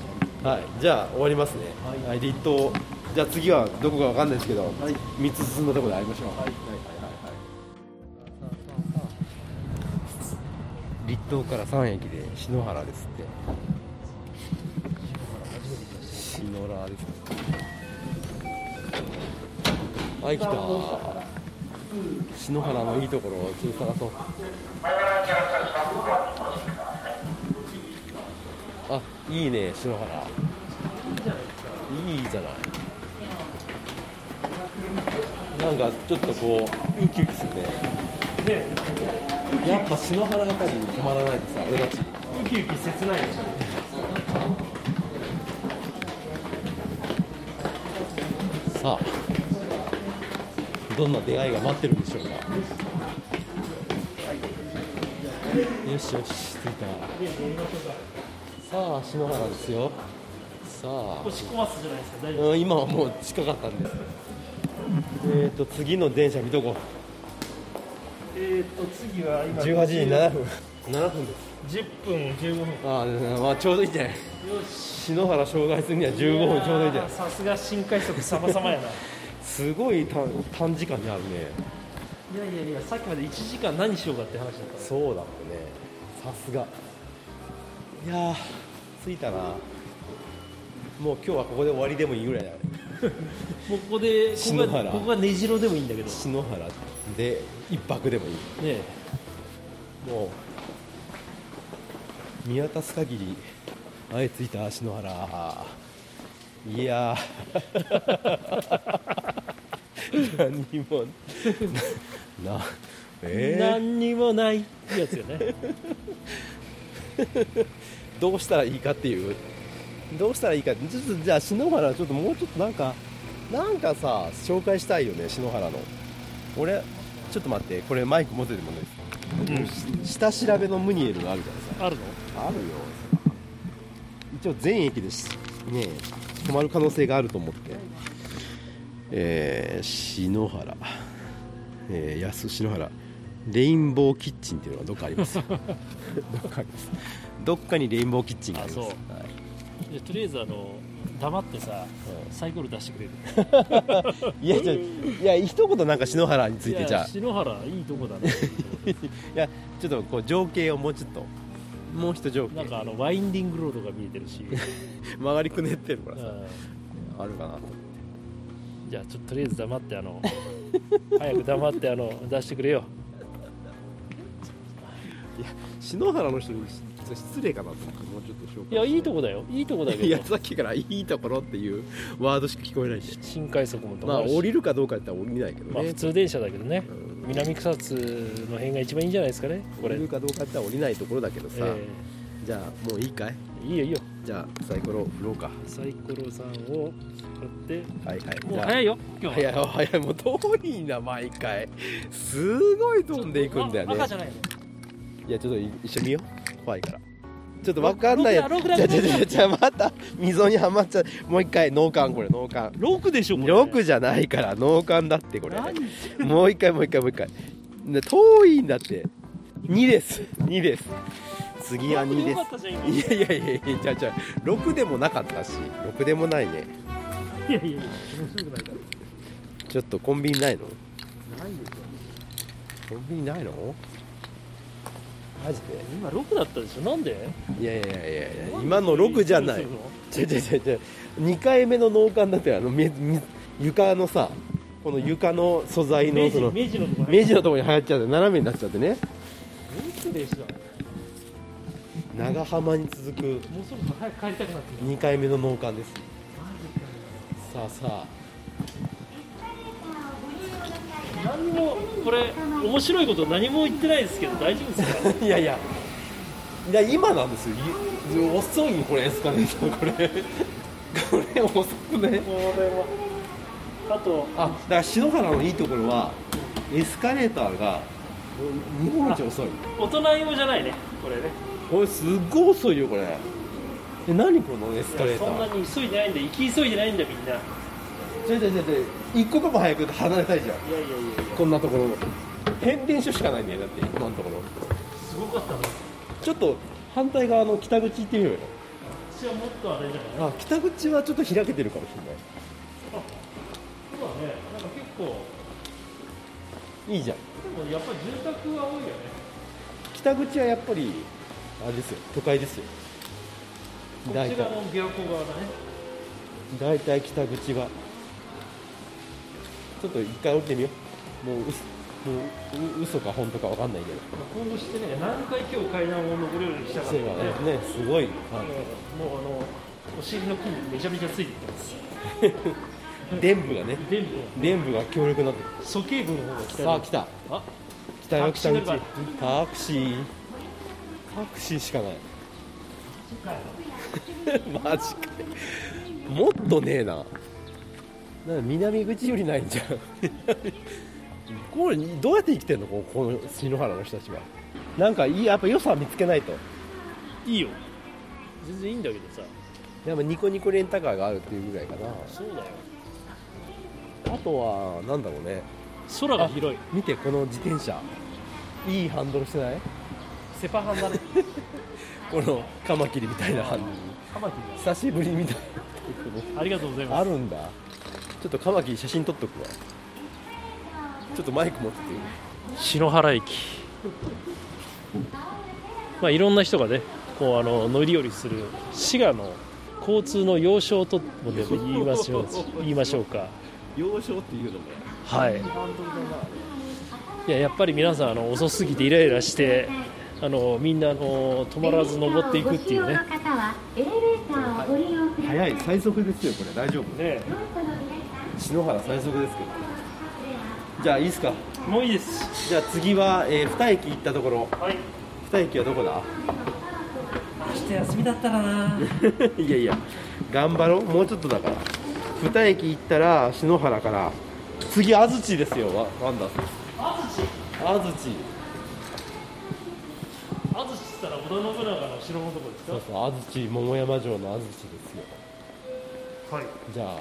S4: てはいじゃあ終わりますね
S3: はい
S4: はい、立東じゃあ次はどこかわかんないですけど、
S3: はい
S4: 三つ進んだところで会いましょう、
S3: はい
S4: 立東から3駅で篠原ですってノラですはい来た篠原のいいところを一緒に探そうあいいね篠原いいじゃないなんかちょっとこうウキウキするねやっぱ篠原あたりに止まらないとさ俺たち
S3: ウキウキ切ないでしょ
S4: さあどんな出会いが待ってるんでしょうかよしよし着いたさあ篠原ですよさあ
S3: 押し込ますじゃないですか大丈夫
S4: うん今はもう近かったんですえっ、ー、と次の電車見とこう
S3: えー、っと次は今
S4: 18時7分7分です
S3: 10分15分
S4: ああ、まあ、ちょうどいいんじゃない篠原障害するには15分ちょうどいいんじゃない
S3: さすが新快速様々やない
S4: すごい短短時間にあるね
S3: やいやいやさっきまで1時間何しようかって話だった
S4: そうだもんねさすがいやー着いたなもう今日はここで終わりでもいいぐらいだね
S3: もうここでここ
S4: 篠原
S3: がここが根城でもいいんだけどね
S4: 篠原で一泊でもいい
S3: え
S4: もう見渡す限りはい着いた篠原いや ー何も なえー、
S3: 何にもないってやつよね
S4: どうしたらいいかっていうどうしたらいいかちょっとじゃあ篠原ちょっともうちょっとなんかなんかさ紹介したいよね篠原の俺ちょっと待ってこれマイク持っててもね、し下調べのムニエルがあるからさ
S3: あるの
S4: あるよ一応全駅でしね止まる可能性があると思ってえー、篠原、えー、安篠原レインボーキッチンっていうのがどっかあり ますよどっかありますどっかにレインボーキッチンがあります
S3: あそ
S4: はい
S3: いやとりあえずあの黙ってさサイコロ出してくれる
S4: いやじゃあいや一言なんか篠原について
S3: や
S4: じゃあ
S3: 篠原いいとこだね
S4: いやちょっとこう情景をもうちょっともう一情景
S3: なんかあのワインディングロードが見えてるし、
S4: 曲がりくねってるか
S3: う
S4: らさ
S3: ん
S4: あるかな
S3: じゃあちょっととりあえず黙ってあの 早く黙ってあの出してくれよ
S4: 篠原の人に失礼かなと思ってもうちょっと紹介
S3: いやいいとこだよいいとこだ
S4: い
S3: けど
S4: やさっきからいいところっていうワードしか聞こえないし
S3: 新快速も止
S4: まあ
S3: まるし、
S4: 降りるかどうかって言ったら降りないけどね、
S3: まあ普通電車だけどね
S4: うん
S3: 南草津の辺が一番いいんじゃないですかねこ
S4: 降
S3: れ
S4: りるかどうかって言ったら降りないところだけどさ、
S3: え
S4: じゃあもういいかい
S3: えいいよいいよ
S4: じゃあサイコロ振ろうか
S3: サイコロさんを買って
S4: はいはい
S3: もう
S4: じゃあ
S3: 早いよ今日
S4: 早
S3: はい
S4: 早いもう遠いな毎回すごい飛んでいくんだよね
S3: 赤じゃないの
S4: いやちょっとい一緒に見よう怖いからちょっと分かんないや
S3: ろく
S4: じ
S3: だ
S4: ゃ
S3: ろくだ
S4: あじゃあじゃあじゃあまた溝にはまっちゃうもう一回脳幹これ脳幹
S3: 6でしょこれ
S4: 6じゃないから脳幹だってこれ
S3: 何
S4: もう一回もう一回もう一回ね遠いんだって2です2です次は2
S3: で
S4: で
S3: よか
S4: す
S3: ったじゃん今
S4: いやいやいやいやじゃあじゃあ6でもなかったし6でもないね
S3: いやいやいや面白くないから
S4: ちょっとコンビニないのないコンビニないのマジで
S3: 今6だったでしょなんで
S4: いやいやいやいや今の6じゃな
S3: ど
S4: い
S3: うするの
S4: 違う違う違う違う2回目の脳幹だってあのめみ床のさこの床の素材の
S3: 明
S4: そ
S3: 治
S4: の
S3: 明治のとこ
S4: 目地のところに入っちゃって斜めになっちゃってね
S3: 6でした
S4: 長浜に続く
S3: もうそろそろ早く帰りたくなってき
S4: 2回目の農館ですさあさあ
S3: た何もこれ面白いこと何も言ってないですけど大丈夫 ですか
S4: いやいやいや今なんですよい遅いよこれエスカレーターこれこれ遅くね
S3: これはあと
S4: あだから篠原のいいところはエスカレーターが日本一遅い
S3: 大人用じゃないねこれね
S4: これすっごい遅いよこれえ何このエスカレータ
S3: そんな
S4: ー
S3: に急いでないんだ行き急いでないんだみんないや
S4: ちょいちょいちょいちょい一刻も早く離れたいじゃ
S3: いや
S4: ん
S3: いやいや
S4: こんなところの変電所しかないんだよだって今のところ
S3: すごかったな
S4: ちょっと反対側の北口行ってみようよ
S3: 私はもっとあれじゃない
S4: あ北口はちょっと開けてるかもしれ
S3: そうだねなんか結構
S4: ないいいじゃん
S3: でもやっぱり住宅は多いよね
S4: 北口はやっぱりあれですよ都会ですよ
S3: こ
S4: 大
S3: っち
S4: 体
S3: 側の琵琶湖側だね
S4: 大体北口はちょっと一回降りてみようもううもうう嘘か本当かわかんないけど
S5: 今後してね、何回今日階段を登れるようにしたかっ
S4: そう
S5: た
S4: い
S5: よ
S4: え
S5: ね
S4: ばねねすごい、は
S5: もうあの、お尻の筋肉めちゃめちゃついてきてます。
S4: い、電部がね
S5: 全部、
S4: 電部が強力になってく
S5: 鼠径部の方が鍛えら
S4: るさ
S5: れ
S4: あ
S5: て
S4: 来た
S5: あ
S4: 来たよ来た口
S5: タクシー乗れば
S4: タクシータクシーしかない マジかもっとねえななんか南口よりないんじゃん これどうやって生きてんのここの篠原の人たちはなんかいいやっぱ良さ見つけないと
S3: いいよ全然いいんだけどさ
S4: やっぱニコニコレンタカーがあるっていうぐらいかな
S3: そうだよ
S4: あとはなんだろうね
S3: 空が広い
S4: 見てこの自転車いいハンドルしてない
S5: セパハンだね。
S4: このカマキリみたいなハンドル
S5: カマキリ
S4: 久しぶりみたい
S3: ありがとうござい
S4: なあ
S3: ます
S4: るんだちょっとカマキリ写真撮っとくわちょっとマイク持ってて
S3: 篠原駅まあいろんな人がねこうあの乗り降りする滋賀の交通の要衝ともでも言いましょう言いましょうか
S4: 幼少っていうのも
S3: はいいややっぱり皆さんあの遅すぎてイライラしてあのみんなあの止まらず登っていくっていうね
S4: 早い最速ですよこれ大丈夫
S3: ね
S4: 篠原最速ですけどじゃあいいっすか
S3: もういいです
S4: じゃあ次は、え2駅行ったところ
S3: はい
S4: 2駅はどこだ
S7: 明日休みだったらな い
S4: やいや頑張ろうもうちょっとだから2駅行ったら篠原から次安土ですよわワンダー安土安土
S3: 安土っつったら織田信長の城のとこですか
S4: そうそう安土桃山城の安土ですよ
S3: はい
S4: じゃあ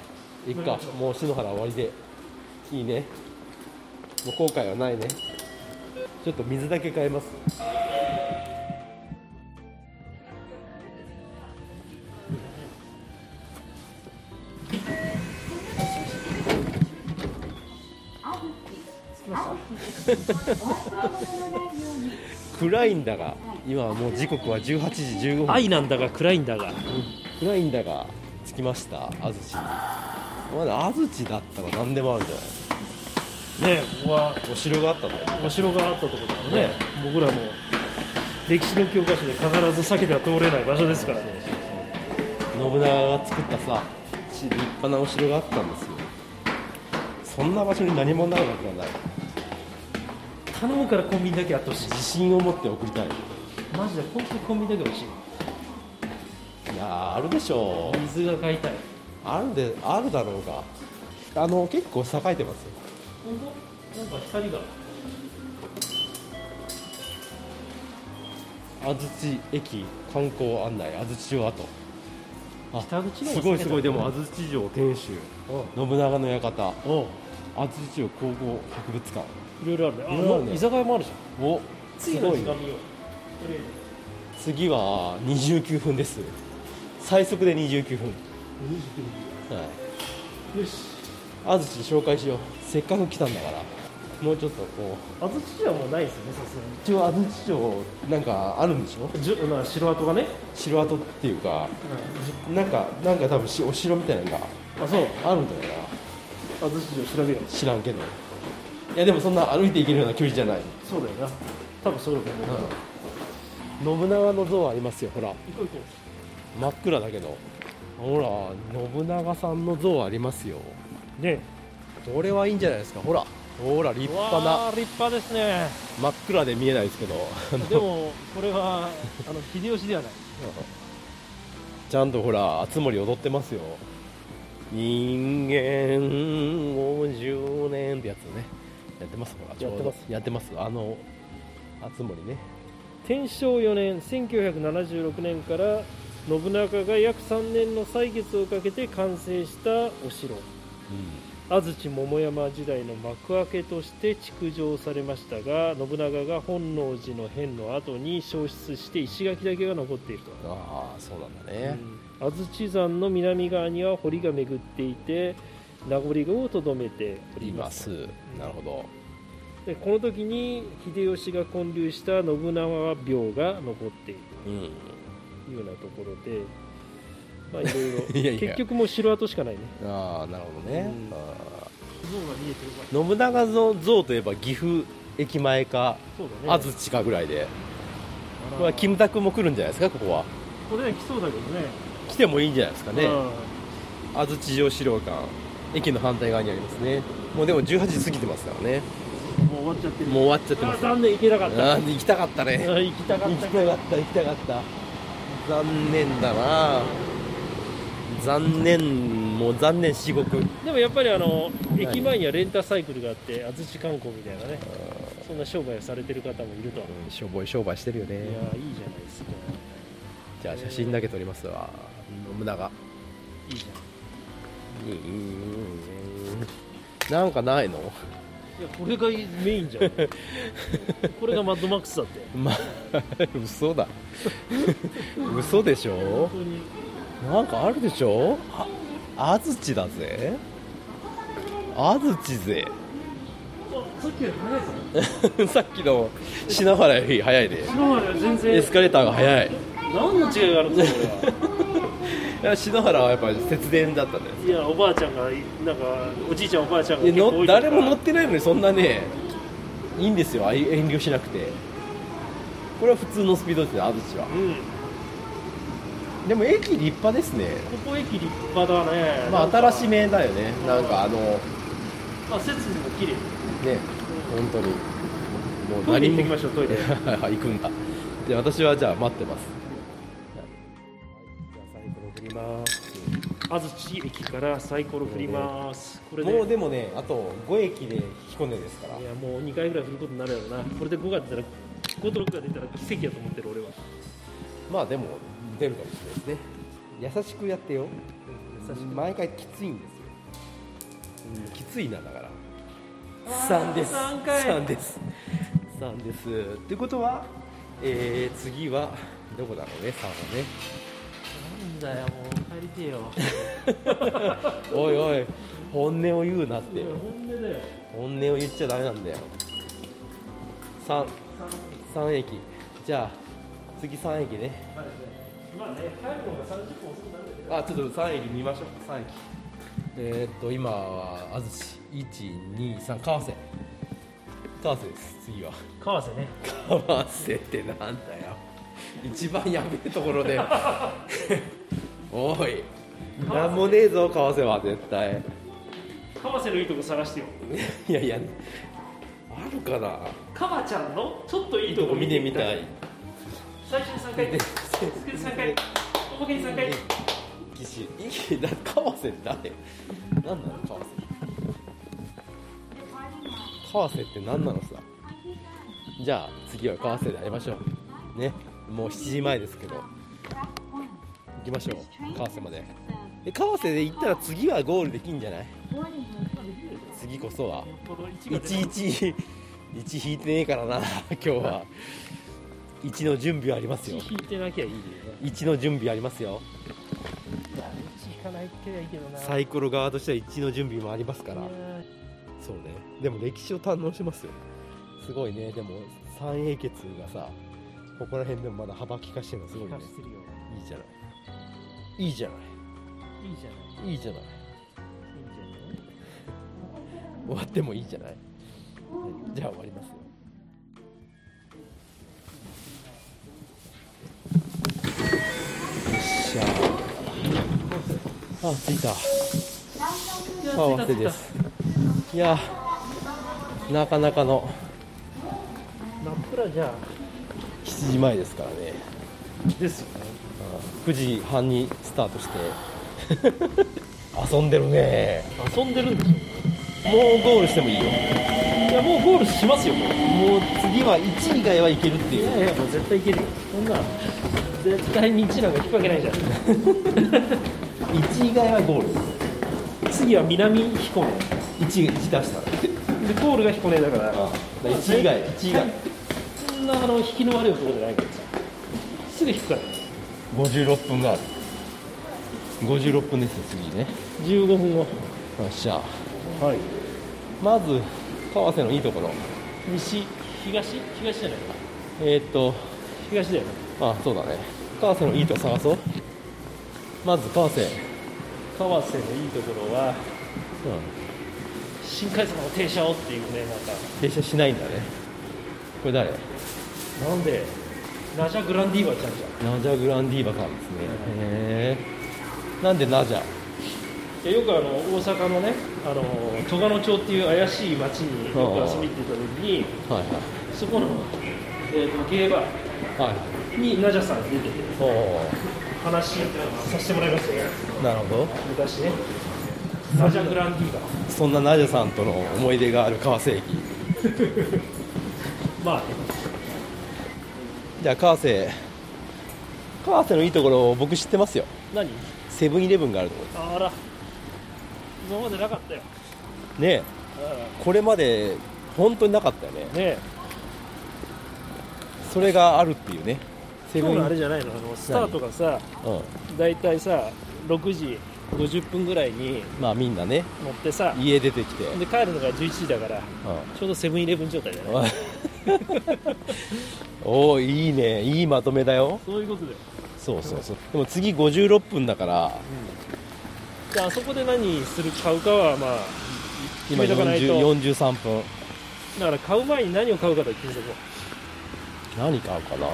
S4: いっかもう篠原終わりでいいねもう後悔はないねちょっと水だけ買えます暗いんだが今はもう時刻は18時15分
S3: 愛なんだが暗いんだが
S4: 暗いんだが着きました安土にまだ安土だったら何でもあるんじゃな
S3: ねここはい
S4: お城があったんだよ
S3: お城があったところだからね僕らも歴史の教科書で必ず避けては通れない場所ですからね
S4: 信長が作ったさし立派なお城があったんですよそんな場所に何もないわけがない
S3: 頼むからコンビニだけやってほしい
S4: 自信を持って送りたいい
S3: マジで本当にコンビニだけ欲しい
S4: やーあるでしょう
S3: 水が買いたい
S4: あるであるだろうがあの結構栄えてますよ
S3: 本当なんか光が
S4: 安土駅観光案内安土城跡あ
S3: 北口の方が
S4: すごいすごいでも安土城天守信長の館
S3: おう
S4: 安土城工房博物館
S3: いろいろあるね
S4: いろいろあるね
S3: あ居酒屋もあるじゃん
S4: お
S3: 次
S4: す
S3: の
S4: ご
S3: 時
S4: い
S3: 間
S4: ね
S3: 見ようとりあ
S4: 次は29分です最速で29分はい
S3: えずよし
S4: 安土紹介しようせっかく来たんだからもうちょっとこう
S3: 安土城はもうないですよねさすがに
S4: 一応安土城なんかあるんでしょ
S3: じゅまあ城跡がね、
S4: 城跡っていうかなんかなんか多分しお城みたいなのが
S3: あそう
S4: あるんだよ
S3: 安土城調べよう
S4: な知らんけどいやでもそんな歩いていけるような距離じゃない、
S3: そうだよな多分そうだと思う
S4: 信長の像ありますよほら
S3: 行こう行こ
S4: 真っ暗だけどほら信長さんの像ありますよ
S3: うね
S4: これはいいんじゃないですかほらほら立派な
S3: わー立派ですね
S4: 真っ暗で見えないですけど
S3: でもこれはあの秀吉ではない
S4: ちゃんとほら熱森踊ってますよ人間50年ってやつねやってますほらちょう
S3: や
S4: ど
S3: ってま
S4: やってますあの熱森ね
S3: 天正4年1976年から信長が約3年の歳月をかけて完成したお城安土桃山時代の幕開けとして築城されましたが信長が本能寺の変の後に消失して石垣だけが残っていると
S4: ああそうなんだね、
S3: 安土山の南側には堀が巡っていて名残をとどめており
S4: い
S3: ま
S4: ますすなるほど
S3: でこの時に秀吉が建立した信長廟が残っている
S4: うん
S3: というようなところでまあいろいろ
S4: いやいや
S3: 結局もう城跡しかないね
S4: ああなるほどね、
S3: うん
S4: あ
S3: 像が見えてるから
S4: ー信長像像といえば岐阜駅前か
S3: そうだ
S4: 安
S3: ね
S4: 土かぐらいで、
S3: あら
S4: まあ、キムタクも来るんじゃないですかここは
S3: これは来そうだけどね
S4: 来てもいいんじゃないですかね、
S3: うん
S4: 安土城資料館駅の反対側にありますねもうでも18時過ぎてますからね
S3: もう終わっちゃってる
S4: もう終わっちゃって
S3: あ
S4: ま
S3: ー
S4: すあ
S3: 残念行けなかった
S4: ー行きたかったね
S3: あ行きたか
S4: 行
S3: っ
S4: き
S3: た
S4: た
S3: けど
S4: かった行きたかった残念だな残念もう残念至極
S3: でもやっぱりあの駅前にはレンタサイクルがあって安土観光みたいなねそんな商売をされてる方もいるとい
S4: しょぼい商売してるよね
S3: やーいいじゃないですか
S4: じゃあ写真だけ撮りますわ信長
S3: いいじゃ
S4: いいいいいいいいなんかないの
S3: んいやこれがメインじゃん これがマッドマックスだって
S4: まあ嘘だ 嘘でしょ
S3: 本当に
S4: なんかあるでしょあ安土だぜ安土ぜ
S3: あさっきより早いか
S4: さっきの品原より早いで
S3: な今まで全
S4: エ
S3: 然
S4: スカレーターが早い
S3: 何の違いがあるんだろうこれはい
S4: や篠原はやっぱり節電だったんだよ
S3: いやおばあちゃんがなんかおじいちゃんおばあちゃんが
S4: で
S3: 結構多
S4: の
S3: いから
S4: 誰も乗ってないのにそんなねいいんですよあい遠慮しなくてこれは普通のスピードですね安土は
S3: うん
S4: でも駅立派ですね
S3: ここ駅立派だね
S4: まあ新し
S3: め
S4: めだよねなんかあのね
S3: まあ設備も綺麗
S4: 本当にも
S3: トイレ行ってき
S4: も
S3: ましょうトイレ
S4: 行くんだじゃあ私はじゃあ待ってます
S3: じゃあサイコロ振ります。安土駅からサイコロ振ります。これで。
S4: もうでもねあと5駅で彦根ですから
S3: いやもう2回ぐらい振ることになるやろな。これで5が出たら、5と6が出たら奇跡やと思ってる俺は。
S4: まあでも出るかもしれないですね優しくやってよ
S3: 優しく
S4: 毎回きついんですよ、うん、きついなだから3です
S3: 三回
S4: 3です3ですってことは、えー、次はどこだろうね3はね
S3: なんだよ、もう帰りてえよ。
S4: おいおい本音を言うなって
S3: 本音だよ。
S4: 本音を言っちゃダメなんだよ33駅じゃあ次3駅ね
S3: まあね、帰るのが30分遅くなるんだけ
S4: あちょっと3駅見ましょう3駅えー、っと今は安土123川瀬川瀬です次は
S3: ど。川瀬ね。
S4: 川瀬ってなんだよ一番やべえところで おいなんもねえぞ川瀬は絶対
S3: 川瀬のいいとこ探してよ。
S4: いやいやあるかな
S3: 川ちゃんのちょっとい
S4: い
S3: い
S4: い
S3: と
S4: と
S3: こ
S4: こ
S3: 見
S4: 見
S3: て
S4: て
S3: み
S4: み
S3: た
S4: た
S3: い
S4: い。
S3: 最初に3回、作り3回、おまけに3回。
S4: 岸いいだ川瀬って誰何なの川瀬川瀬って何なのさじゃあ次は川瀬で会いましょうねもう7時前ですけど行きましょう川瀬までえ川瀬で行ったら次はゴールできんじゃない次こそは
S3: この1が出ない
S4: 11 1引いてねえからな今日は1の準備はありますよ
S3: 1引いてなきゃいいよな。
S4: 1の準備ありますよ
S3: 1引かないけりゃいいけどな。
S4: サイコロ側としては1の準備もありますから
S3: いやー
S4: そうねでも歴史を堪能しますよすごいねでも三英傑がさここら辺でもまだ幅利かしてるのすごいね
S3: 聞かしてるよ
S4: いいじゃないいいじゃない
S3: いじゃない
S4: いいいじゃない
S3: いいんじゃない
S4: 終わってもいいじゃない、じゃあ終わりますよよっしゃあ着いた川瀬ですいやなかなかの
S3: ナップラじゃ
S4: 7時前ですからね
S3: ですよね
S4: 9時半にスタートして遊んでるね
S3: 遊んでるんでし
S4: もうゴールしてもいいよ
S3: ょいやもうゴールしますよもう
S4: もう次は1以外はいけるっていう
S3: いやいやもう絶対いけるよそんな絶対に1なんか引っ掛けないじゃん
S4: 1以外はゴール
S3: 次は南彦根
S4: 1, 1出したら
S3: でゴールが彦根だから
S4: 1以外1以外
S3: そんなあの引きの悪い男じゃないからさすぐ引くから
S4: 56分がある56分ですよ次ね
S3: 15分後
S4: よっしゃ
S3: はい
S4: まず川瀬のいいところ
S3: 西東東じゃない
S4: えー、っと
S3: 東だよね
S4: あそうだね川瀬のいいとこ探そうまず川瀬
S3: 川瀬のいいところは
S4: うん
S3: 新快速の停車をっていうねまた
S4: 停車しないんだねこれ誰
S3: なんでナジャグランディーバちゃんじゃん
S4: ナジャグランディーバさんですねへえなんでナジャ
S3: いやよくあの大阪のねあの戸賀野町っていう怪しい町によく遊びに行ってた時に
S4: はいはい
S3: そこの、えーとゲーバ
S4: はい
S3: ーにナジャさん出てて
S4: おお
S3: 話させてもらいましたね
S4: なるほど
S3: 昔ねナジャグランディーバ
S4: そんなナジャさんとの思い出がある川瀬駅
S3: まあね
S4: じゃあ川瀬川瀬のいいところ僕知ってますよ
S3: 何
S4: セブンイレブンがあるところで
S3: あら今までなかったよ、
S4: すねえこれまで本当になかったよね
S3: うん、ね
S4: それがあるっていうねセ
S3: 今
S4: ブン
S3: 日のあ
S4: イレブ
S3: れ
S4: ン
S3: じゃないのあのスタートがさ
S4: うん
S3: 大体さ6時50分ぐらいに
S4: まあみんなね
S3: 乗ってさ
S4: 家出てきて、うん
S3: で帰るのが11時だからちょうどセブンイレブン状態だよね
S4: おおいいねいいまとめだよ
S3: そういうことだよ
S4: そうそうそうでも次56分だから
S3: であそこで何する買うかはまあ決
S4: 今
S3: めとかないと
S4: 40 43分
S3: だから買う前に何を買うかと決めとこう
S4: 何買うかな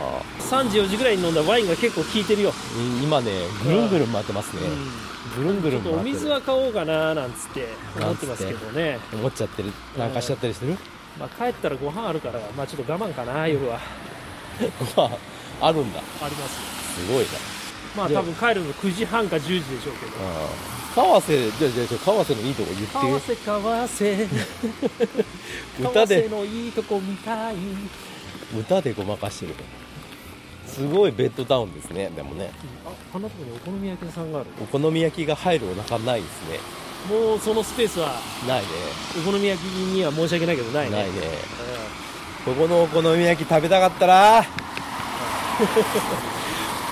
S3: 3時4時ぐらいに飲んだワインが結構効いてるよ、
S4: うん今ねぐるんぐるん回ってますねぐるんぐるん
S3: ちょっ
S4: 回って
S3: と
S4: る
S3: お水は買おうかななんつって思ってますけどね
S4: 思っちゃってるなんかしちゃったりしてる
S3: まあ、帰ったらご飯あるからまあちょっと我慢かな夜は
S4: ご飯あるんだ
S3: あります
S4: すごい
S3: まあ多分帰るの9時半か10時でしょうけど
S4: なうん川瀬じゃあじゃあじゃあ川瀬のいいとこ言
S3: 川
S4: って
S3: 瀬川瀬
S4: 歌で
S3: 川瀬のいいとこ見たい
S4: 歌でごまかしてるすごいベッドタウンですねでもね
S3: ああのとこにお好み焼き屋さんがある
S4: お好み焼きが入るお腹ないですね
S3: もうそのスペースは
S4: ないね
S3: お好み焼きには申し訳ないけどないね
S4: ないね
S3: うん
S4: ここのお好み焼き食べたかったな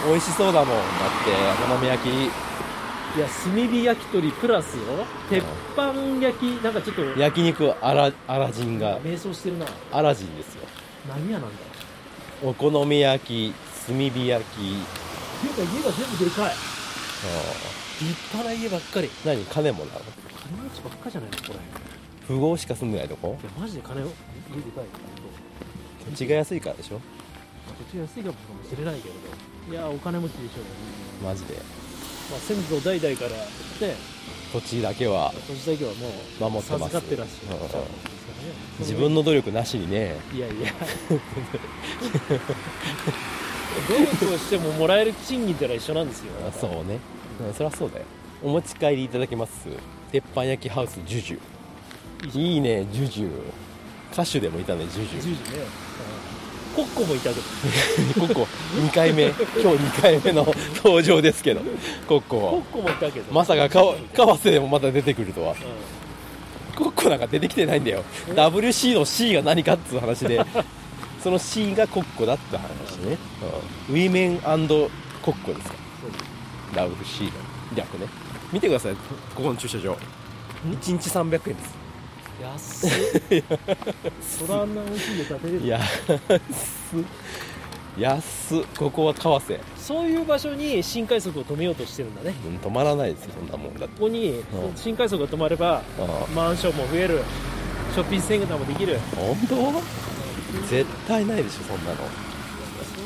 S4: 美味しそうだもんだってお好み焼き
S3: いや炭火焼き鳥プラスよ鉄板焼きなんかちょっと
S4: 焼き肉アラアラジンが
S3: 迷走してるな
S4: アラジンですよ
S3: 何屋なんだよ
S4: お好み焼き炭火焼き
S3: ていうか家が全部でかい立派な家ばっかり
S4: 何金もなの
S3: 金持ちばっかじゃないのこれい
S4: 富豪しか住んでないとこ
S3: やマジで金を家でかい
S4: 土地が安いからでしょ
S3: 土地が安いかもしれないけれどいやお金持ちでしょうね、
S4: マジで
S3: まあ、先祖代々からね
S4: 土地だけは
S3: 土地だけはもう
S4: 守ってま
S3: 授
S4: す
S3: かってらっしゃる、
S4: うん
S3: そうです
S4: 自
S3: よね
S4: 分の努力なしにね
S3: いやいや 努力をしてももらえる賃金ってのは一緒なんですよ
S4: あそうね、うん、そりゃそうだよお持ち帰りいただけます鉄板焼きハウスジュジュいいねジュジュ歌手でもいたねジュジュ
S3: 10時ねコッコもいたけど
S4: コッコ2回目今日2回目の登場ですけどコッ
S3: コ
S4: コ
S3: ッ
S4: は
S3: コもいたけど
S4: まさか川川瀬でもまた出てくるとは
S3: う
S4: コッコなんか出てきてないんだよ WC の C が何かっつう話でその C がコッコだって話ね、うんウィメンコッコですか WC の略ね見てくださいここの駐車場1日300円です
S3: ん安っそらあんな美味しいの食べれる
S4: いや安っここは川瀬、
S3: そういう場所に新快速を止めようとしてるんだね
S4: うん止まらないですよそんなもんだって
S3: ここに
S4: うん
S3: 新快速が止まれば
S4: ああ
S3: マンションも増えるショッピングセンターもできる
S4: 本当絶対ないでしょそんなの、
S3: そ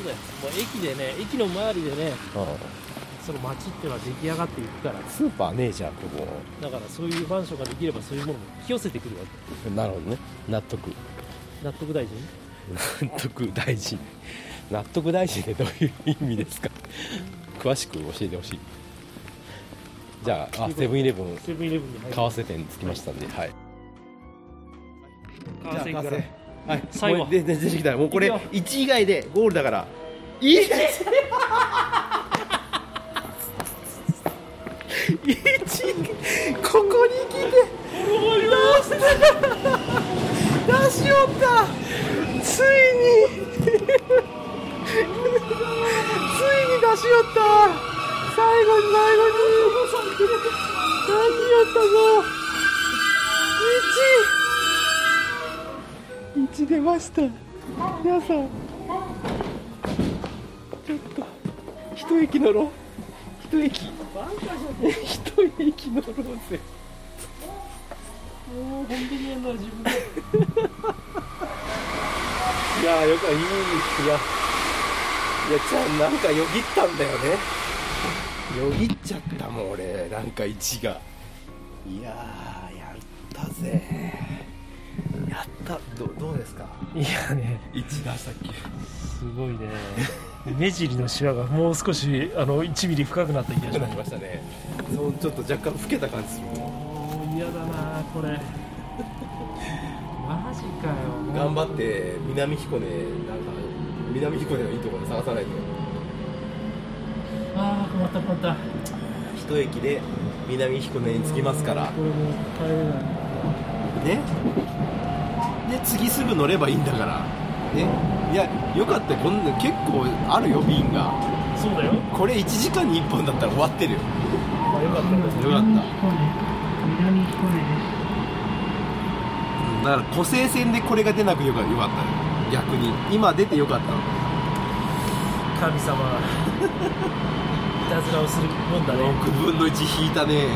S3: うだよもう駅でね駅の周りでね
S4: うん
S3: その街っていうのは出来上がっていくから
S4: スーパーねえじゃんここ
S3: だからそういうマンションができればそういうものも引き寄せてくるわけ
S4: なるほどね納得
S3: 納得大臣
S4: 納得大臣納得大臣ってどういう意味ですか詳しく教えてほしいじゃああセブンイレブン
S3: セブンイレブンに入る
S4: 為替店着きましたんではい
S3: 川崎から
S4: はい
S3: 最後
S4: もうでで出てきたもうこれ
S3: いくよ
S4: 1以外でゴールだからいいです一ここに来てラス出しよったついについに出しよった最後に最後に出しよったぞ1一出ました皆さんちょっと一息乗ろう
S3: 一駅一駅乗ろうぜもうコンビニやな自分でいやーよくいいいや
S4: いやちゃんなんかよぎったんだよねよぎっちゃったもん俺なんか1がいやーやったぜやったどどうですか
S3: いやね
S4: 1出したっけ
S3: すごいね目尻のシワがもう少しあの1ミリ深くなった気がし
S4: な
S3: ま
S4: り
S3: す
S4: ましたねそうちょっと若干老けた感じするもん
S3: 嫌だなこれマジかよ
S4: 頑張って南彦根なんか南彦根のいいところで探さないと
S3: ああ困った困った
S4: 一駅で南彦根に着きますから
S3: これもう帰れない
S4: ねで次すぐ乗ればいいんだからねいやよかったよこんな結構あるよ便が
S3: そうだよ
S4: これ1時間に1本だったら終わってるよ
S3: まあよかったんだ
S4: よかっただから個性戦でこれが出なくよかよかったよ逆に今出てよかったの
S3: 神様いたずらをするもんだね、
S4: 6分の1引いたね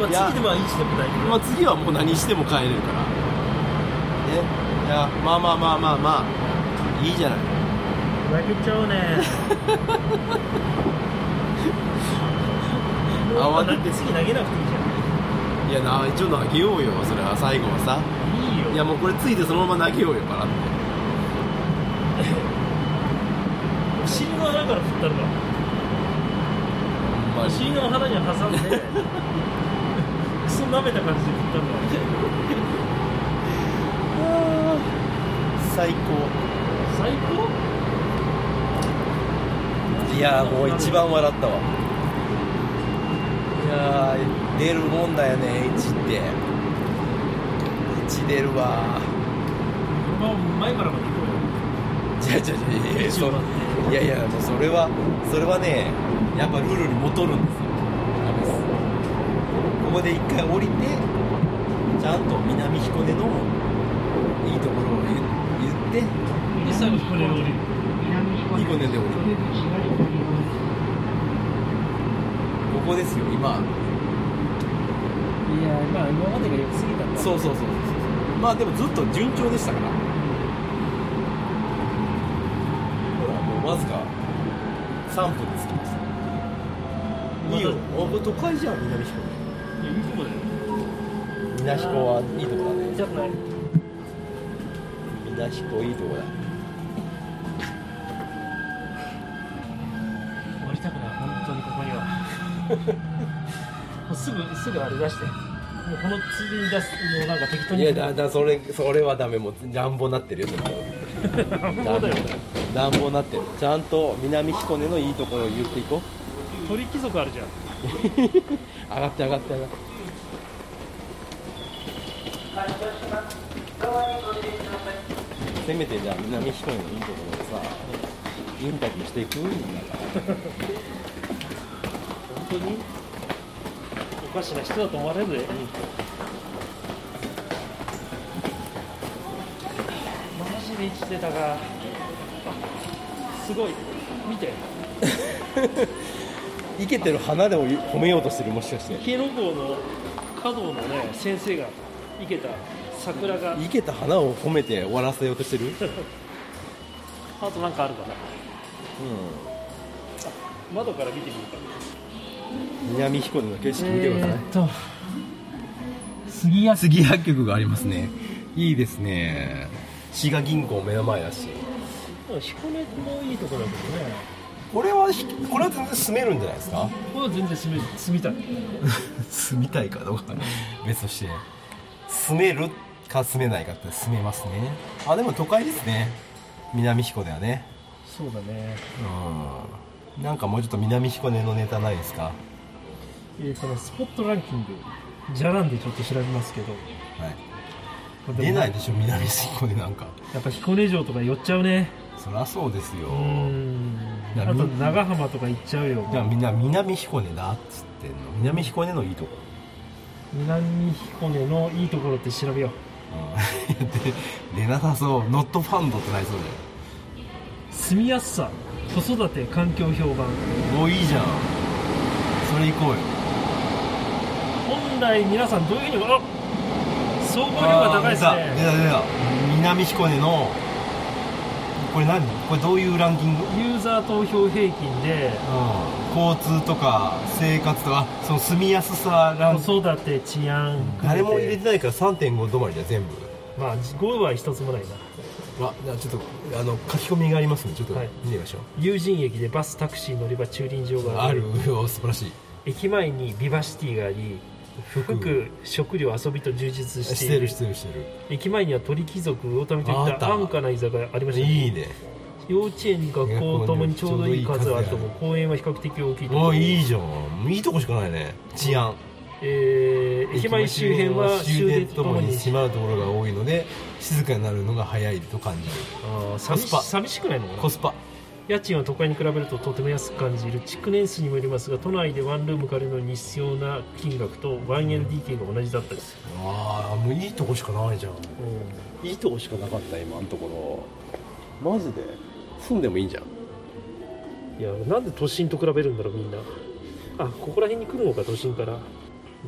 S3: ま
S4: いや
S3: あ、次ではいい時でもないけ
S4: まあ次はもう何しても帰れるからねいやまあまあまあまあまあいいじゃない
S3: ど泣けちゃう ね
S4: 慌て
S3: てて
S4: て
S3: 次投げなくていいじ
S4: いやな一応投げようよそれは最後はさ
S3: ゃんいいよ
S4: いやもうこれついてそのまま投げようよからって
S3: お尻の穴から振ったのか
S4: ま
S3: お尻の腹に挟ん でクソ舐めた感じで振ったんだ
S4: 最高
S3: 最高
S4: いやもう一番笑ったわいやー出るもんだよね1って1出るわ
S3: まあ前からまで行こ
S4: 違う違う違う
S3: うよ
S4: そいやいやもうそれはそれはねやっぱルールに戻るんですよここで一回降りてちゃんと南彦根のいいところを言言って
S3: で最後これ降りる
S4: 彦根で降りるここですよ今
S3: いやまあ今までが良すぎたんだ
S4: そうそうそうそうまあでもずっと順調でしたからほらもうわずか3分で着きましたいいよあ都会じゃん南彦
S3: いやいいとこだよ
S4: 根南彦はいいとこだね
S3: じゃない
S4: 南彦いいとこだ
S3: 終わりたくない本当にここには もうすぐすぐあれ出してもうこのついでに出すもうなんか適当
S4: い
S3: に
S4: やだだそれそれはダメもう乱暴なってるよ
S3: 乱暴
S4: 乱暴
S3: だよ
S4: 乱暴なってるちゃんと南彦根のいいところを言っていこう
S3: 鳥貴族あるじゃん
S4: 上がって上がって上がってせめてじゃあ南彦根のいいところでさインタビューしていくみんなが
S3: 本当におかしな人だと思われるで、マジで生きてたかあすごい見て
S4: イケてる花でも褒めようとしてるもしかして
S3: 池の郷の華道のね先生が生けた桜が
S4: イケた花を褒めて終わらせようとしてる
S3: あとなんかあるかな窓から見てみるか
S4: 南彦根の景色見てください
S3: と杉谷
S4: 杉薬局がありますねいいですね滋賀銀行目の前だし
S3: 彦根もいいところだけどね
S4: これはひこれは全然住めるんじゃないですか
S3: ここは全然住め住みたい
S4: 住みたいかどうか別として住めるか住めないかって住めますねあでも都会ですね南彦根はね
S3: そうだね
S4: うんなんかもうちょっと南彦根のネタないですか
S3: えー、とねスポットランキングじゃらんでちょっと調べますけど
S4: はい
S3: まあでも
S4: 出ないでしょ南彦根なんか
S3: やっぱ彦根城とか寄っちゃうね
S4: そりゃそうですよ
S3: うん
S4: だ
S3: あ
S4: から
S3: と
S4: み
S3: 長浜とか行っちゃうよ
S4: じゃあみんな南彦根だっつってんの南彦根のいいとこ
S3: 南彦根のいいところって調べよ
S4: うん で出なさそうノットファンドってなりそうだよ
S3: う住みやすさ子育て環境評判
S4: もういいじゃん
S8: それ行こうよ
S3: 本来皆さんどういうふうにあ総合量が高いです
S8: あー出
S3: ね
S8: た出た出た南彦根のこれ何これどういうランキング
S3: ユーザー投票平均で
S8: 交通とか生活とかあその住みやすさランキング
S3: 子育て治安
S8: 誰も入れてないから3.5止まりだよ全部
S3: まあ5は一つもないな
S8: わなちょっとあの書き込みがありますのでちょっと
S3: はい
S8: 見てみましょう、
S3: 友人駅でバスタクシー乗り場駐輪場が
S8: あ
S3: あ
S8: る
S3: る
S8: 素晴らしい
S3: 駅前にビバシティがあり服食料遊びと充実して
S8: し
S3: い
S8: て
S3: る
S8: るしてるしてる
S3: 駅前には鳥貴族魚民と
S8: あ
S3: い
S8: あ
S3: っ
S8: った
S3: た安価な居酒屋ありましたね
S8: いいね
S3: 幼稚園学校ともにちょうどいい数あると思う
S8: ち
S3: 公園は比較的大きいと
S8: も
S3: 思う
S8: ういいじゃんいいとこしかないね治安
S3: えー駅前周辺は終電と
S8: と
S3: とも
S8: も
S3: に
S8: にしまうところが多いので静かになるのが早いと感じる
S3: あー寂し
S8: コスパ
S3: 寂しくないのか
S8: コ
S3: な
S8: スパ
S3: 家賃は都会に比べるととても安く感じる築年数にもよりますが都内でワンルーム借りるのに必要な金額と 1LDK が同じだったりする、
S8: ああもういいとこしかないじゃん
S4: いいとこしかなかった今のところマジで住んでもいいんじゃん
S3: いやなんで都心と比べるんだろうみんなあここら辺に来るのか都心から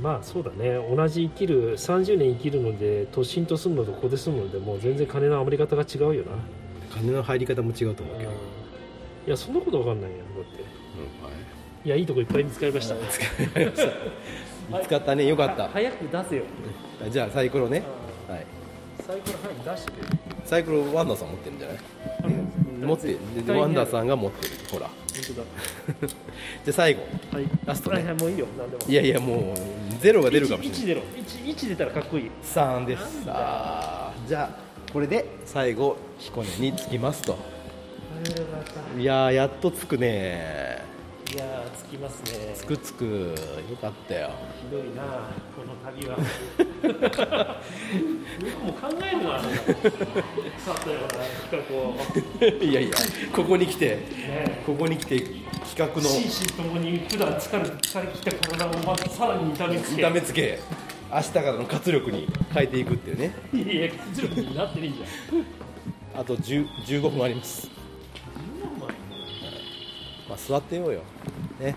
S3: まあそうだね同じ生きる30年生きるので都心と住むのとここで住むのでもう全然金の余り方が違うよな
S8: 金の入り方も違うと思うけど、
S3: いやそんなことわかんないよだっていやいいとこいっぱい見つかりま した
S4: 見つかったねよかっ
S3: 早く出せよ
S4: たじゃあサイコロねはい
S3: サイコロ早く出してくれ
S4: サイコロワンダさん持ってるんじゃない持って
S3: 絶対
S4: で
S3: にある
S4: ワンダさんが持ってるほら
S3: 本当
S4: じゃあ最後
S3: だはい
S4: ラスト
S3: はい
S4: ね
S3: はいもういいよ何でも
S4: いやいやもうゼロが出るかもしれない
S3: 1出ろ1 1出たらかっこいい
S4: 3ですあーじゃあこれで最後彦根に着きますといやーやっと着くね
S3: いやーつきますね
S4: つくつくよかったよ
S3: ひどいなあこの旅はもう考えるなさったような企画を
S4: いやいやここに来て
S3: ね
S4: ここに来て企画の
S3: 心身ともに普段疲れ疲れ切った体をまたさらに痛めつけ
S4: 痛めつけ明日からの活力に変えていくっていうね
S3: いやいや実力になってるんじゃん
S4: あと10 15分ありますまあ座ってようよね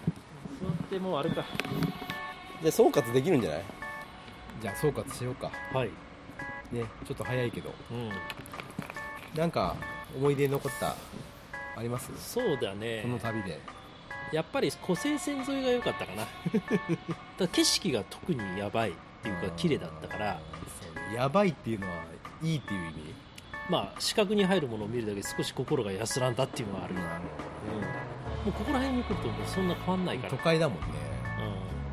S3: 座ってもうあれか
S4: で総括できるんじゃないじゃあ総括しようか
S3: はい
S4: ねちょっと早いけど
S3: うん
S4: なんか思い出に残ったあります
S5: そうだね
S4: この旅で
S5: やっぱり湖西線沿いが良かったかな だから景色が特にやばいっていうか綺麗だったから
S4: やばいっていうのはいいっていう意味
S5: まあ視覚に入るものを見るだけで少し心が安らんだっていうのはある、もうここら辺に来るともうそんな変わんないか
S4: 都
S5: ら、
S4: 会だもんね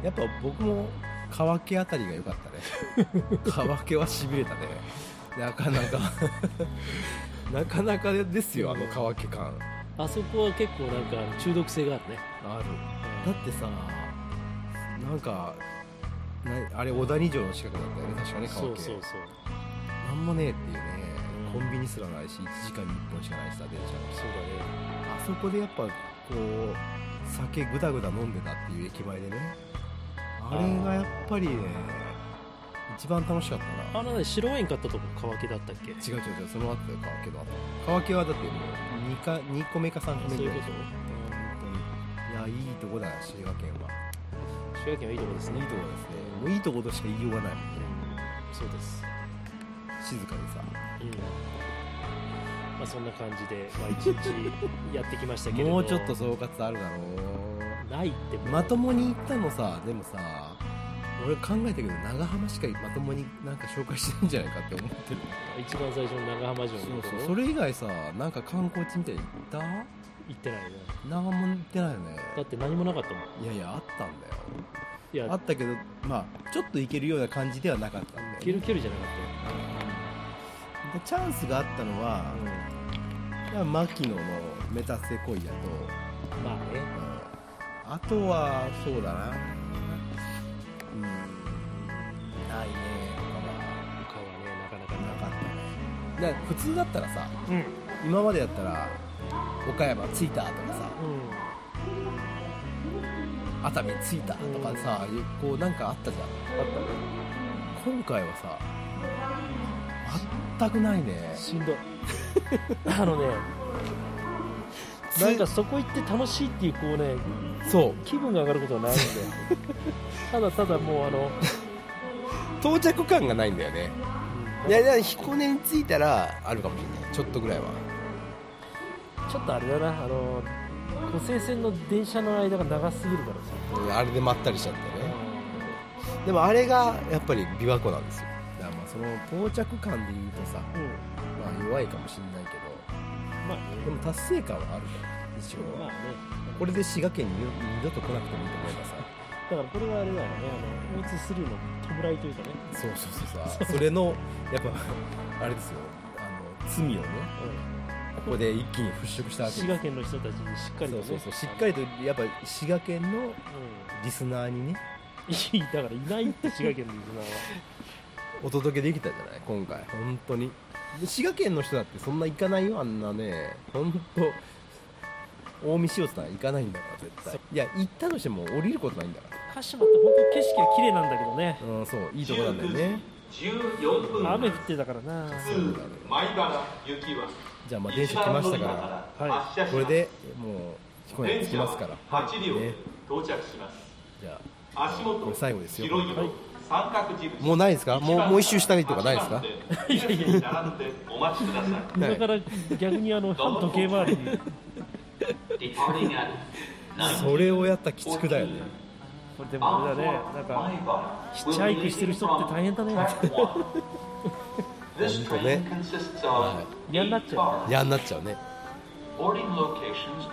S5: う
S4: やっぱ僕も川家あたりが良か ったね川家はしびれたねなかなか なかなかですよあの川家感
S5: んあそこは結構なんか中毒性があるね、
S4: あるだってさなんかなあれ小谷城の近くだったよね確かね川
S5: そう
S4: 家
S5: そうそう
S4: なんもねえっていうね
S5: う
S4: コ
S5: ん
S4: ンビニすらないし1時間に1本しかないしさ電車
S5: そうだね
S4: あそこでやっぱこう酒ぐだぐだ飲んでたっていう駅前でねあれがやっぱりね一番楽しかった
S5: あ
S4: な
S5: のね白ワイン買ったとこ川家だったっけ
S4: 違う違う違うその後だよ川家の後川家はだってもう 2, か2個目か3個目ぐらいでしょ本当にいやいいとこだよ滋賀県は
S5: 滋賀県はいいとこです
S4: いい
S5: ね
S4: とこですねもういいとことしか言いようがないもんね
S5: そうです、
S4: 静かでさ
S5: うんまあ、そんな感じで、まあ、一日やってきましたけれど
S4: もうちょっと総括あるだろ
S5: ないって
S4: うまともに行ったのさでもさ俺考えたけど長浜しかまともになんか紹介してないんじゃないかって思ってる
S5: 一番最初の長浜城のとこ
S4: そう
S5: ろ
S4: そうそれ以外さなんか観光地みたいに行った
S5: 行ってないね
S4: 何も行ってないよね
S5: だって何もなかったもん
S4: いやいやあったんだよ
S5: いや
S4: あったけどまあちょっと行けるような感じではなかったんだよね、
S5: キルキルじゃなか
S4: でチャンスがあったのは、いや牧野の「メタセコイ
S5: っ
S4: アと」
S5: たよまあね
S4: うんあとはそうだなうんないね
S5: 他はねなかなか
S4: 他はな
S5: な
S4: かったねだから普通だったらさ、今までだったら岡山着いたとかさ、熱海着いたとかさ、こうなんかあったじゃんあったね今回はさ全くないね
S5: しんどいあのね
S3: なんかそこ行って楽しいっていうこうね
S4: そう
S3: 気分が上がることはないん でただただもうあの
S4: 到着感がないんだよねいやいや彦根に着いたらあるかもしれないちょっとぐらいは
S3: ちょっとあれだなあの湖西線の電車の間が長すぎるからさ
S4: あれでまったりしちゃってねでもあれがやっぱり琵琶湖なんですよだからまあその到着感で言うとさ、まあ弱いかもしれないけど
S3: まあ
S4: でも達成感はあるから一応
S3: まあね
S4: これで滋賀県に二度と来なくてもいいと思います
S3: だからこれはあれだよねあの O2-3 の弔いというかね
S4: そうそうそう そうそれのやっぱあれですよあの罪をねここで一気に払拭したわけ
S3: 滋
S4: で
S3: 賀
S4: す
S3: 県の人たちにしっかりと
S4: そう
S3: ね
S4: そうそうしっかりとやっぱ滋賀県の
S3: う
S4: リスナーにね
S3: んいいだからいないって滋賀県のリスナーは
S4: お届けできたじゃない今回本当にで滋賀県の人だってそんな行かないよあんなね本当近江塩津さん行かないんだから絶対いや行ったとしても降りることないんだか
S3: 鹿島って本当景色が綺麗なんだけどね
S4: らうんそういいとこなんだよね
S3: 雨降ってたからな
S4: そうだねじゃあまあ電車来ましたから
S3: は
S4: これでもう彦根に着きますから8両ね
S8: 到着します
S4: じゃ
S8: 足元
S4: あこれ最後ですよ
S8: 広い色三角印
S4: もうないですかもうもう一周したりとかないですか
S8: いやいや並んでお待ちください
S3: いだから逆にあの反時計回りに
S8: リポーティングある
S4: それをやった鬼畜だよね
S3: これでもあれだねなんかヒッチハイクしてる人って大変だね
S4: 本当ねは
S3: 嫌になっちゃ
S4: いやんなっちゃうね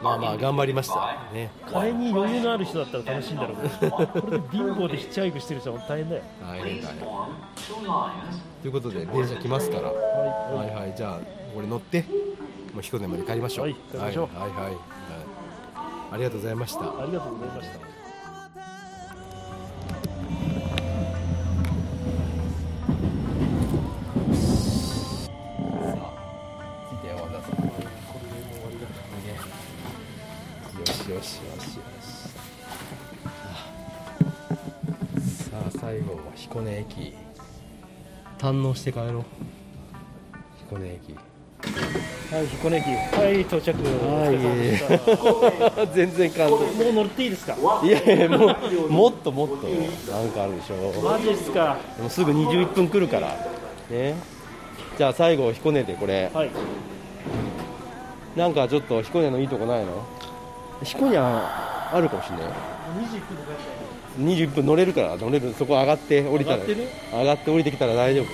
S4: まあまあ頑張りましたね
S3: う金に余裕のある人だったら楽しいんだろうけどこれで貧乏でヒッチハイクしてる人は大変だよ
S4: 大変大変ということで電車来ますからはいはいじゃあこれ乗ってもう彦根まで帰りましょう
S3: はい帰りましょう
S4: はいはいはいはいありがとうございました
S3: ありがとうございました
S4: 着いたよ、ワンダさん。これでもう終わりだ。ね。よしよしよしよし。さあ、最後は彦根駅。堪能して帰ろう。彦根駅。
S3: はい彦根駅はい到着
S4: 全然感動。
S3: もう乗っていいですか
S4: いやいや、もう、もっともっと、なんかあるでしょ
S3: マジですか
S4: でもすぐ21分来るから。ね。じゃあ、最後彦根で、これ。
S3: はい
S4: なんかちょっと彦根のいいとこないの彦根はあるかもしれない21分乗れるから乗れるそこ上がって降りたら
S3: 上がってる
S4: 上がって降りてきたら大丈夫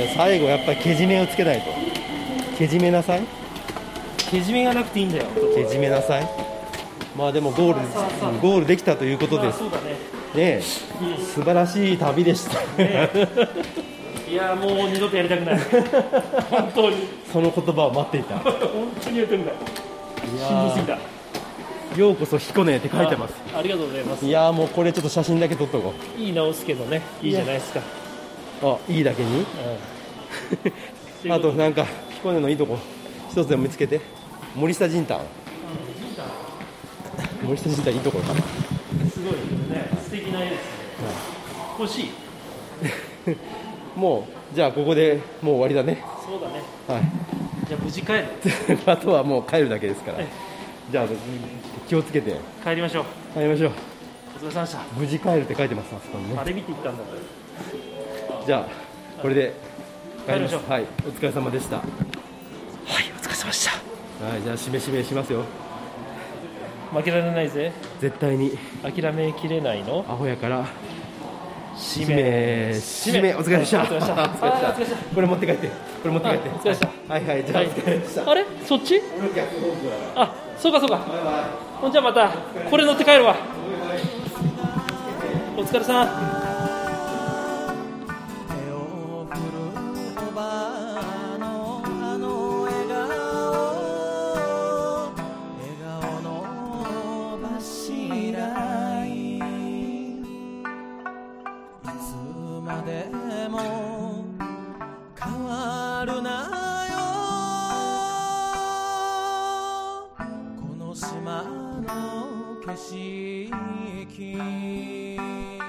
S4: いや最後やっぱりけじめをつけないとけじめなさい
S3: けじめがなくていいんだよ
S4: けじめなさいまあでもゴール
S3: さあさあ
S4: ゴールできたということ
S3: ま
S4: で
S3: あ
S4: す
S3: そうだね
S4: ねえ素晴らしい旅でした、
S3: いやもう二度とやりたく ない本当に
S4: その言葉を待っていた
S3: 本当にやりたくないしんどすぎた
S4: ようこそ彦根って書いてます
S3: あありがとうございます
S4: いやーもうこれちょっと写真だけ撮っとこ
S3: いい直すけどねいいじゃないですか
S4: うあいいだけにあとなんか彦根のいいとこ一つでも見つけて森下仁丹森下仁丹いいところかな
S3: すごいね素敵な絵ですね欲しい
S4: もうじゃあここでもう終わりだね
S3: そうだね
S4: はい
S3: じゃあ無事帰る
S4: あとはもう帰るだけですから
S3: はい
S4: じゃあ気をつけて
S3: 帰りましょう
S4: 帰りましょう
S3: お疲れ様でし
S4: 無事帰るって書いてますあそこに
S3: たあ
S4: ね
S3: れ見て行ったんだ
S4: じゃあこれで帰り
S3: 帰り
S4: ま
S3: まし
S4: す
S3: ょう
S4: はいお疲れ様でしたはいお疲れ様でしたはいじゃあしめしめしますよ
S3: 負けられないぜ
S4: 絶対に
S3: 諦めきれないの
S4: アホやから
S3: し
S4: めしめお疲れ様でした
S3: お疲れ様でした
S4: お
S3: あーお
S4: 疲れ様でした
S3: 疲れ様でし
S4: これ持って帰ってこれ持って帰って
S3: あお疲れ様で
S4: はいはいじゃ
S3: た
S4: あ
S3: は
S4: お疲れ様でした
S3: いあれそっちあそうかそうかほんじゃまたこれ乗って帰るわお疲れさん
S7: 手を振るおばあのあの笑顔笑顔の柱にいつまでも変わるなよこの島の景色